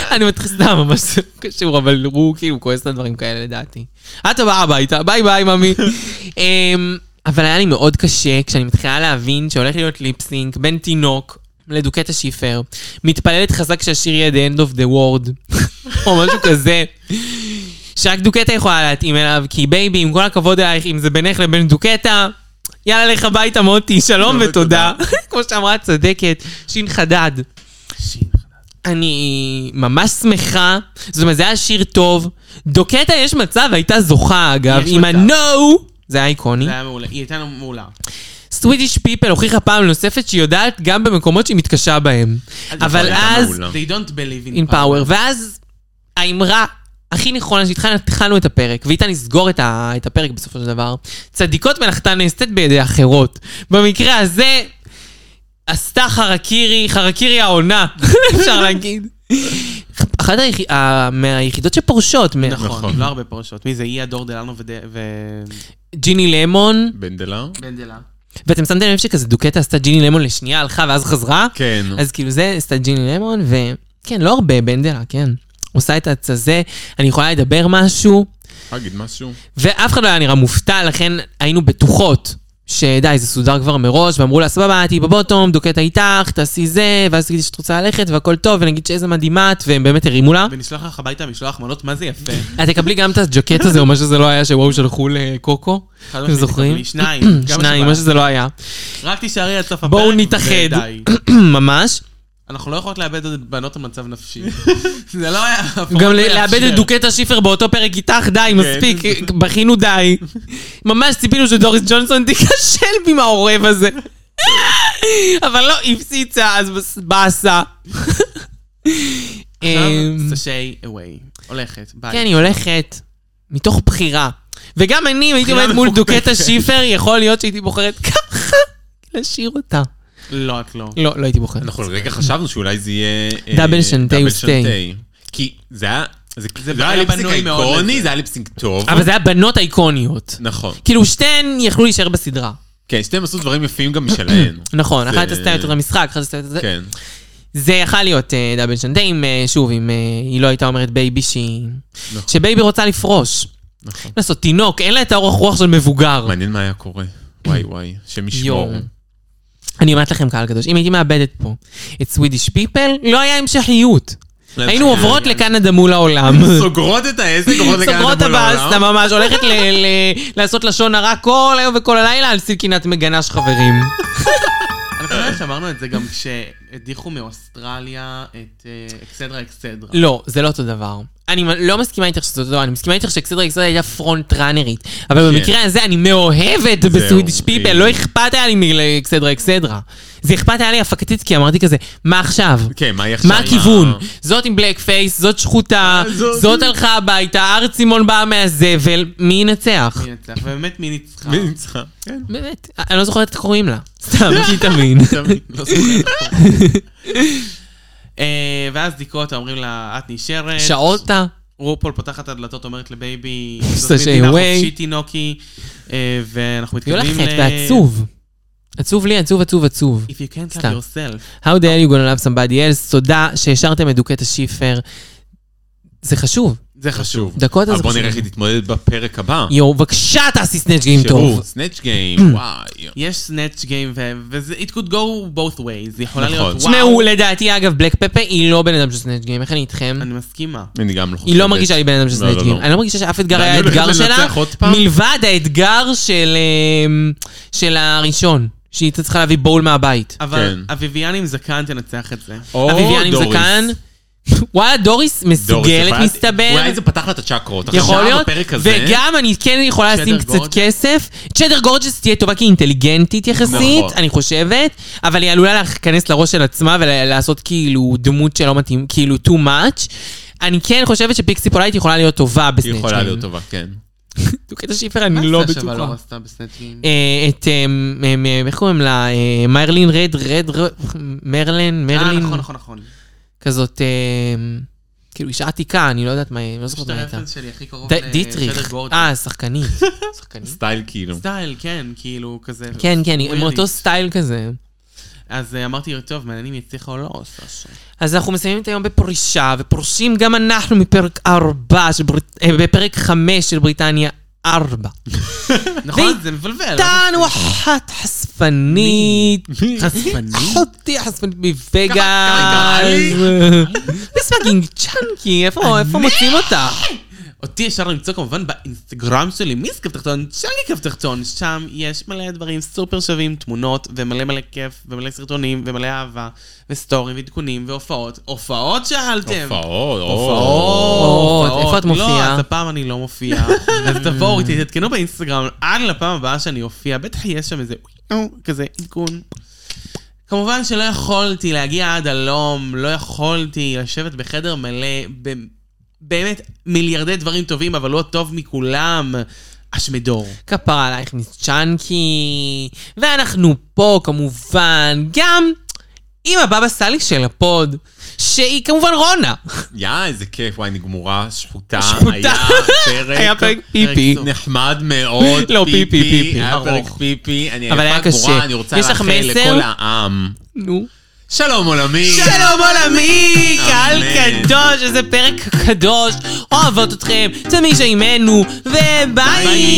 S2: אני מתחילה, סתם, ממש זה לא קשור, אבל הוא כאילו כועס על דברים כאלה לדעתי. את הבאה הביתה, ביי ביי ממי. אמ, אבל היה לי מאוד קשה כשאני מתחילה להבין שהולך להיות ליפסינק בין תינוק לדוקטה שיפר, מתפללת חזק שהשיר יהיה The End of the World, או משהו כזה. שרק דוקטה יכולה להתאים אליו, כי בייבי, עם כל הכבוד אלייך, אם זה בינך לבין דוקטה, יאללה לך הביתה מוטי, שלום ותודה. כמו שאמרה הצדקת, שין חדד. אני ממש שמחה, זאת אומרת, זה היה שיר טוב. דוקטה יש מצב, הייתה זוכה אגב,
S3: יש
S2: עם
S3: מצב.
S2: ה-No, זה היה איקוני.
S3: זה היה מעולה, היא הייתה מעולה.
S2: סווידיש פיפל הוכיחה פעם נוספת שהיא יודעת גם במקומות שהיא מתקשה בהם. אבל
S4: הייתה
S2: אז,
S4: מעולה. לא.
S3: They don't believe in
S2: in power, ואז האמרה הכי נכונה שהתחלנו את הפרק, ואיתה נסגור את, ה, את הפרק בסופו של דבר, צדיקות מלאכתן נעשית בידי אחרות. במקרה הזה, עשתה חרקירי, חרקירי העונה, אפשר להגיד. אחת היח... ה... מהיחידות שפורשות, מ-
S3: נכון,
S4: נכון.
S3: לא הרבה פרשות. מי זה? היא הדור דלנו וד- ו...
S2: ג'יני למון,
S4: בנדלה?
S3: בנדלה.
S2: ואתם שמתם לב שכזה דוקטה עשתה ג'יני למון לשנייה, הלכה ואז חזרה?
S4: כן.
S2: אז כאילו זה עשתה ג'יני למון, וכן, לא הרבה, בנדלה, כן. עושה את הזה, אני יכולה לדבר משהו,
S4: תגיד משהו.
S2: ואף אחד לא היה נראה מופתע, לכן היינו בטוחות שדי, זה סודר כבר מראש, ואמרו לה, סבבה, תהיי בבוטום, דוקטה איתך, תעשי זה, ואז תגידי שאת רוצה ללכת, והכל טוב, ונגיד שאיזה מדהימה את, והם באמת הרימו לה.
S3: ונשלח לך הביתה משלוח מנות, מה זה יפה.
S2: את תקבלי גם את הג'קט הזה, או מה שזה לא היה, שוואו שלחו לקוקו,
S3: חד
S2: אתם
S3: משמעית,
S2: זוכרים?
S3: תקבלי שניים. כמה
S2: שניים,
S3: שבא.
S2: מה שזה לא היה.
S3: רק תישארי עד סוף הפרק.
S2: בואו נתאחד.
S3: ודי.
S2: ממש.
S3: אנחנו לא יכולות לאבד את בנות במצב נפשי. זה לא היה...
S2: גם ל- לאבד את דוקטה שיפר באותו פרק איתך, די,
S4: כן.
S2: מספיק, בכינו די. ממש ציפינו שדוריס ג'ונסון תיכשל עם העורב הזה. אבל לא, היא הפציצה, אז בס- באסה. אמ,
S3: עכשיו, סשי אווי. הולכת, ביי.
S2: כן, היא הולכת מתוך בחירה. וגם אני, אם הייתי
S3: בחירה
S2: עומדת מול
S3: מפוקפקת.
S2: דוקטה שיפר, יכול להיות שהייתי בוחרת ככה להשאיר אותה.
S3: לא, את לא.
S2: לא, לא הייתי בוחרת.
S4: אנחנו לרגע חשבנו שאולי זה יהיה... אה,
S2: דאבל שנטי
S4: דאבל
S2: וסטי.
S4: שנטי. כי זה היה... זה זה
S3: היה
S4: לא היה ליפסינג
S3: בנוי מאוד
S4: איקוני,
S3: לזה.
S4: זה היה ליפסינג טוב.
S2: אבל זה היה בנות אייקוניות.
S4: נכון.
S2: כאילו, שתיהן יכלו להישאר בסדרה.
S4: כן, שתיהם עשו דברים יפים גם משלהן.
S2: נכון,
S4: זה-
S2: אחת עשתה יותר למשחק, אחת עשתה יותר זה.
S4: כן.
S2: זה יכל להיות אה, דאבל שנטי, אם, אה, שוב, אם אה, היא לא הייתה אומרת בייבי שהיא...
S4: נכון.
S2: שבייבי רוצה לפרוש.
S4: נכון.
S2: לעשות תינוק, אין לה את האורך רוח של מבוגר.
S4: מעניין מה היה קורה. וואי וואי, השם ישמור.
S2: יואו. אני אומרת לכם, קהל קדוש, אם הייתי מאבדת פה את סווידיש פיפל, לא היה המשכיות. היינו עוברות לקנדה מול העולם.
S4: כן. סוגרות את העסק, עוברות לקנדה
S2: סוגרות
S4: מול העולם.
S2: הבאסטה ממש, הולכת ל- ל- לעשות לשון הרע כל היום וכל הלילה על סלקינת מגנש חברים.
S3: אני חושבת שאמרנו את זה גם כשהדיחו מאוסטרליה את אה, אקסדרה אקסדרה.
S2: לא, זה לא אותו דבר. אני מ- לא מסכימה איתך שזה אותו דבר, אני מסכימה איתך שאקסדרה אקסדרה הייתה פרונט ראנרית. אבל
S4: כן.
S2: במקרה הזה אני מאוהבת בסווידיש פיפל,
S4: היא-
S2: לא אכפת היה לי מאקסדרה אקסדרה. זה אכפת היה לי הפקתית, כי אמרתי כזה, מה עכשיו?
S4: כן, מה היא עכשיו?
S2: מה הכיוון? זאת עם בלק פייס, זאת שחוטה,
S4: אה, זאת-
S2: זאת הלכה הביתה, ארצימון באה מהזבל, מי ינצח?
S3: מי ניצח? ובאמת מי ניצחה?
S4: מי ניצחה? כן.
S2: באמת, אני לא זוכרת איך קוראים לה. סתם, כי תבין.
S4: תמיד, לא זוכר.
S3: אה, ואז דיקות אומרים לה, את נשארת.
S2: שעותה,
S3: רופול פותחת את הדלתות, אומרת לבייבי,
S2: סשי
S3: זאת מדינה
S2: ווי."
S3: חופשית תינוקי, אה, ואנחנו
S2: היא
S3: מתקדמים
S2: הולכת
S4: אה,
S2: בעצוב. עצוב לי, עצוב, עצוב, עצוב.
S3: If you can't love
S2: סתם.
S3: yourself.
S2: How the hell you gonna love somebody else, תודה שהשארתם את דוקטה שיפר. זה חשוב,
S3: זה חשוב.
S4: חשוב.
S2: דקות
S4: אבל
S2: הזה
S4: בוא נראה
S2: חשוב.
S4: איך היא תתמודד בפרק הבא.
S2: יואו, בבקשה תעשי סנאצ' גיים טוב.
S4: שהוא סנאצ' גיים, וואי.
S3: יש סנאצ' גיים, וזה, it could go both ways, היא יכולה
S4: נכון.
S3: להיות וואו.
S2: תשמעו, לדעתי, אגב, בלק פפה היא לא בן אדם של סנאצ' גיים, איך אני איתכם?
S3: אני מסכימה.
S4: אני גם לא חושב.
S2: היא לא מרגישה לי בן אדם של
S4: לא, לא,
S2: סנייט גיים.
S4: לא.
S2: אני לא מרגישה שאף אתגר
S4: ואני
S2: היה
S4: הולך
S2: אתגר שלה,
S4: לנצח עוד פעם?
S2: מלבד האתגר של אמ, של הראשון, שהיא הייתה צריכה להביא בול מהבית.
S3: אבל
S4: כן.
S3: אביביאן עם זקן תנצח את זה.
S4: או
S2: אביביאן עם
S4: דוריס.
S2: זקן. וואלה, דוריס
S4: דוריס,
S2: מסוגלת
S4: יכולה-
S2: מסתבר.
S4: אולי זה פתח לה את הצ'קרות.
S2: יכול להיות,
S4: בפרק הזה...
S2: וגם אני כן יכולה לשים
S3: צ'דר
S2: קצת
S3: גורג'ס.
S2: כסף. צ'דר גורג'ס תהיה טובה כי היא אינטליגנטית יחסית,
S4: נכון.
S2: אני חושבת, אבל היא עלולה להיכנס לראש של עצמה ולעשות כאילו דמות שלא מתאים, כאילו too much. אני כן חושבת שפיקסי פולייט יכולה להיות טובה בסנאצ'
S4: היא
S2: גיים.
S4: יכולה להיות טובה, כן.
S2: דוקטה שיפר, אני לא
S3: מה סשה ולא
S2: בטוחה.
S3: עשתה בסנאצ' גיים?
S2: אה, את, אה, מ- מ- מ- איך קוראים לה? אה, מרלין רד, רד, רד- מרלין,
S3: אה,
S2: מרלין,
S3: נכון, נכון, נכון.
S2: כזאת, אה, כאילו אישה עתיקה, אני לא יודעת מה, אני לא
S3: פשוט
S2: זוכרת מה הייתה.
S3: הרפרנס שלי הכי קרוב
S2: ד- דיטריך,
S3: לשדר גורדון.
S2: אה, שחקנית. שחקנית.
S4: סטייל כאילו.
S3: סטייל, כן, כאילו, כזה.
S2: כן, כן, עם
S3: ווירדית.
S2: אותו סטייל כזה.
S3: אז אה, אמרתי לו, טוב, מעניין אם היא הצליחה או לא, סשה.
S2: אז אנחנו מסיימים את היום בפרישה, ופורשים גם אנחנו מפרק 4, אה, בפרק 5 של בריטניה 4.
S3: נכון, זה מבלבל.
S2: טען וואחת חשפנית.
S3: חשפני.
S2: אחותי חשפנית
S4: ככה
S2: מווגאס. מיס פאקינג צ'אנקי, איפה איפה מוצאים אותך?
S3: אותי אפשר למצוא כמובן באינסטגרם שלי, מיס קו תחתון, שלי קו תחתון, שם יש מלא דברים סופר שווים, תמונות, ומלא מלא כיף, ומלא סרטונים, ומלא אהבה, וסטורים, ועדכונים, והופעות. הופעות שאלתם!
S4: הופעות,
S2: הופעות. איפה את מופיעה?
S3: לא, אז הפעם אני לא מופיעה. אז תבואו איתי, תתקנו באינסטגרם עד לפעם הבאה שאני אופיע, בטח יש שם איזה אוי, כזה עדכון. כמובן שלא יכולתי להגיע עד הלום, לא יכולתי לשבת בחדר מלא, ב- באמת מיליארדי דברים טובים, אבל לא טוב מכולם. אשמדור.
S2: כפרה עלייך מיס צ'אנקי. ואנחנו פה כמובן גם עם הבבא סאלי של הפוד, שהיא כמובן רונה.
S4: יא, איזה כיף, וואי, נגמורה, שחוטה.
S2: שחוטה. היה
S4: היה
S2: פרק
S4: פרק
S2: פיפי.
S4: נחמד מאוד,
S2: לא, פיפי, פיפי,
S4: היה פרק
S2: ארוך.
S4: פיפי, אני
S2: אבל היה
S4: עייפה גמורה,
S2: קשה.
S4: אני רוצה
S2: יש לך
S4: לאחל
S2: מסר?
S4: לכל העם.
S2: נו.
S4: שלום עולמי.
S2: שלום עולמי, קהל
S4: אמן.
S2: קדוש, איזה פרק קדוש. אוהבות אתכם, תמיד שעימנו, וביי.
S4: ביי.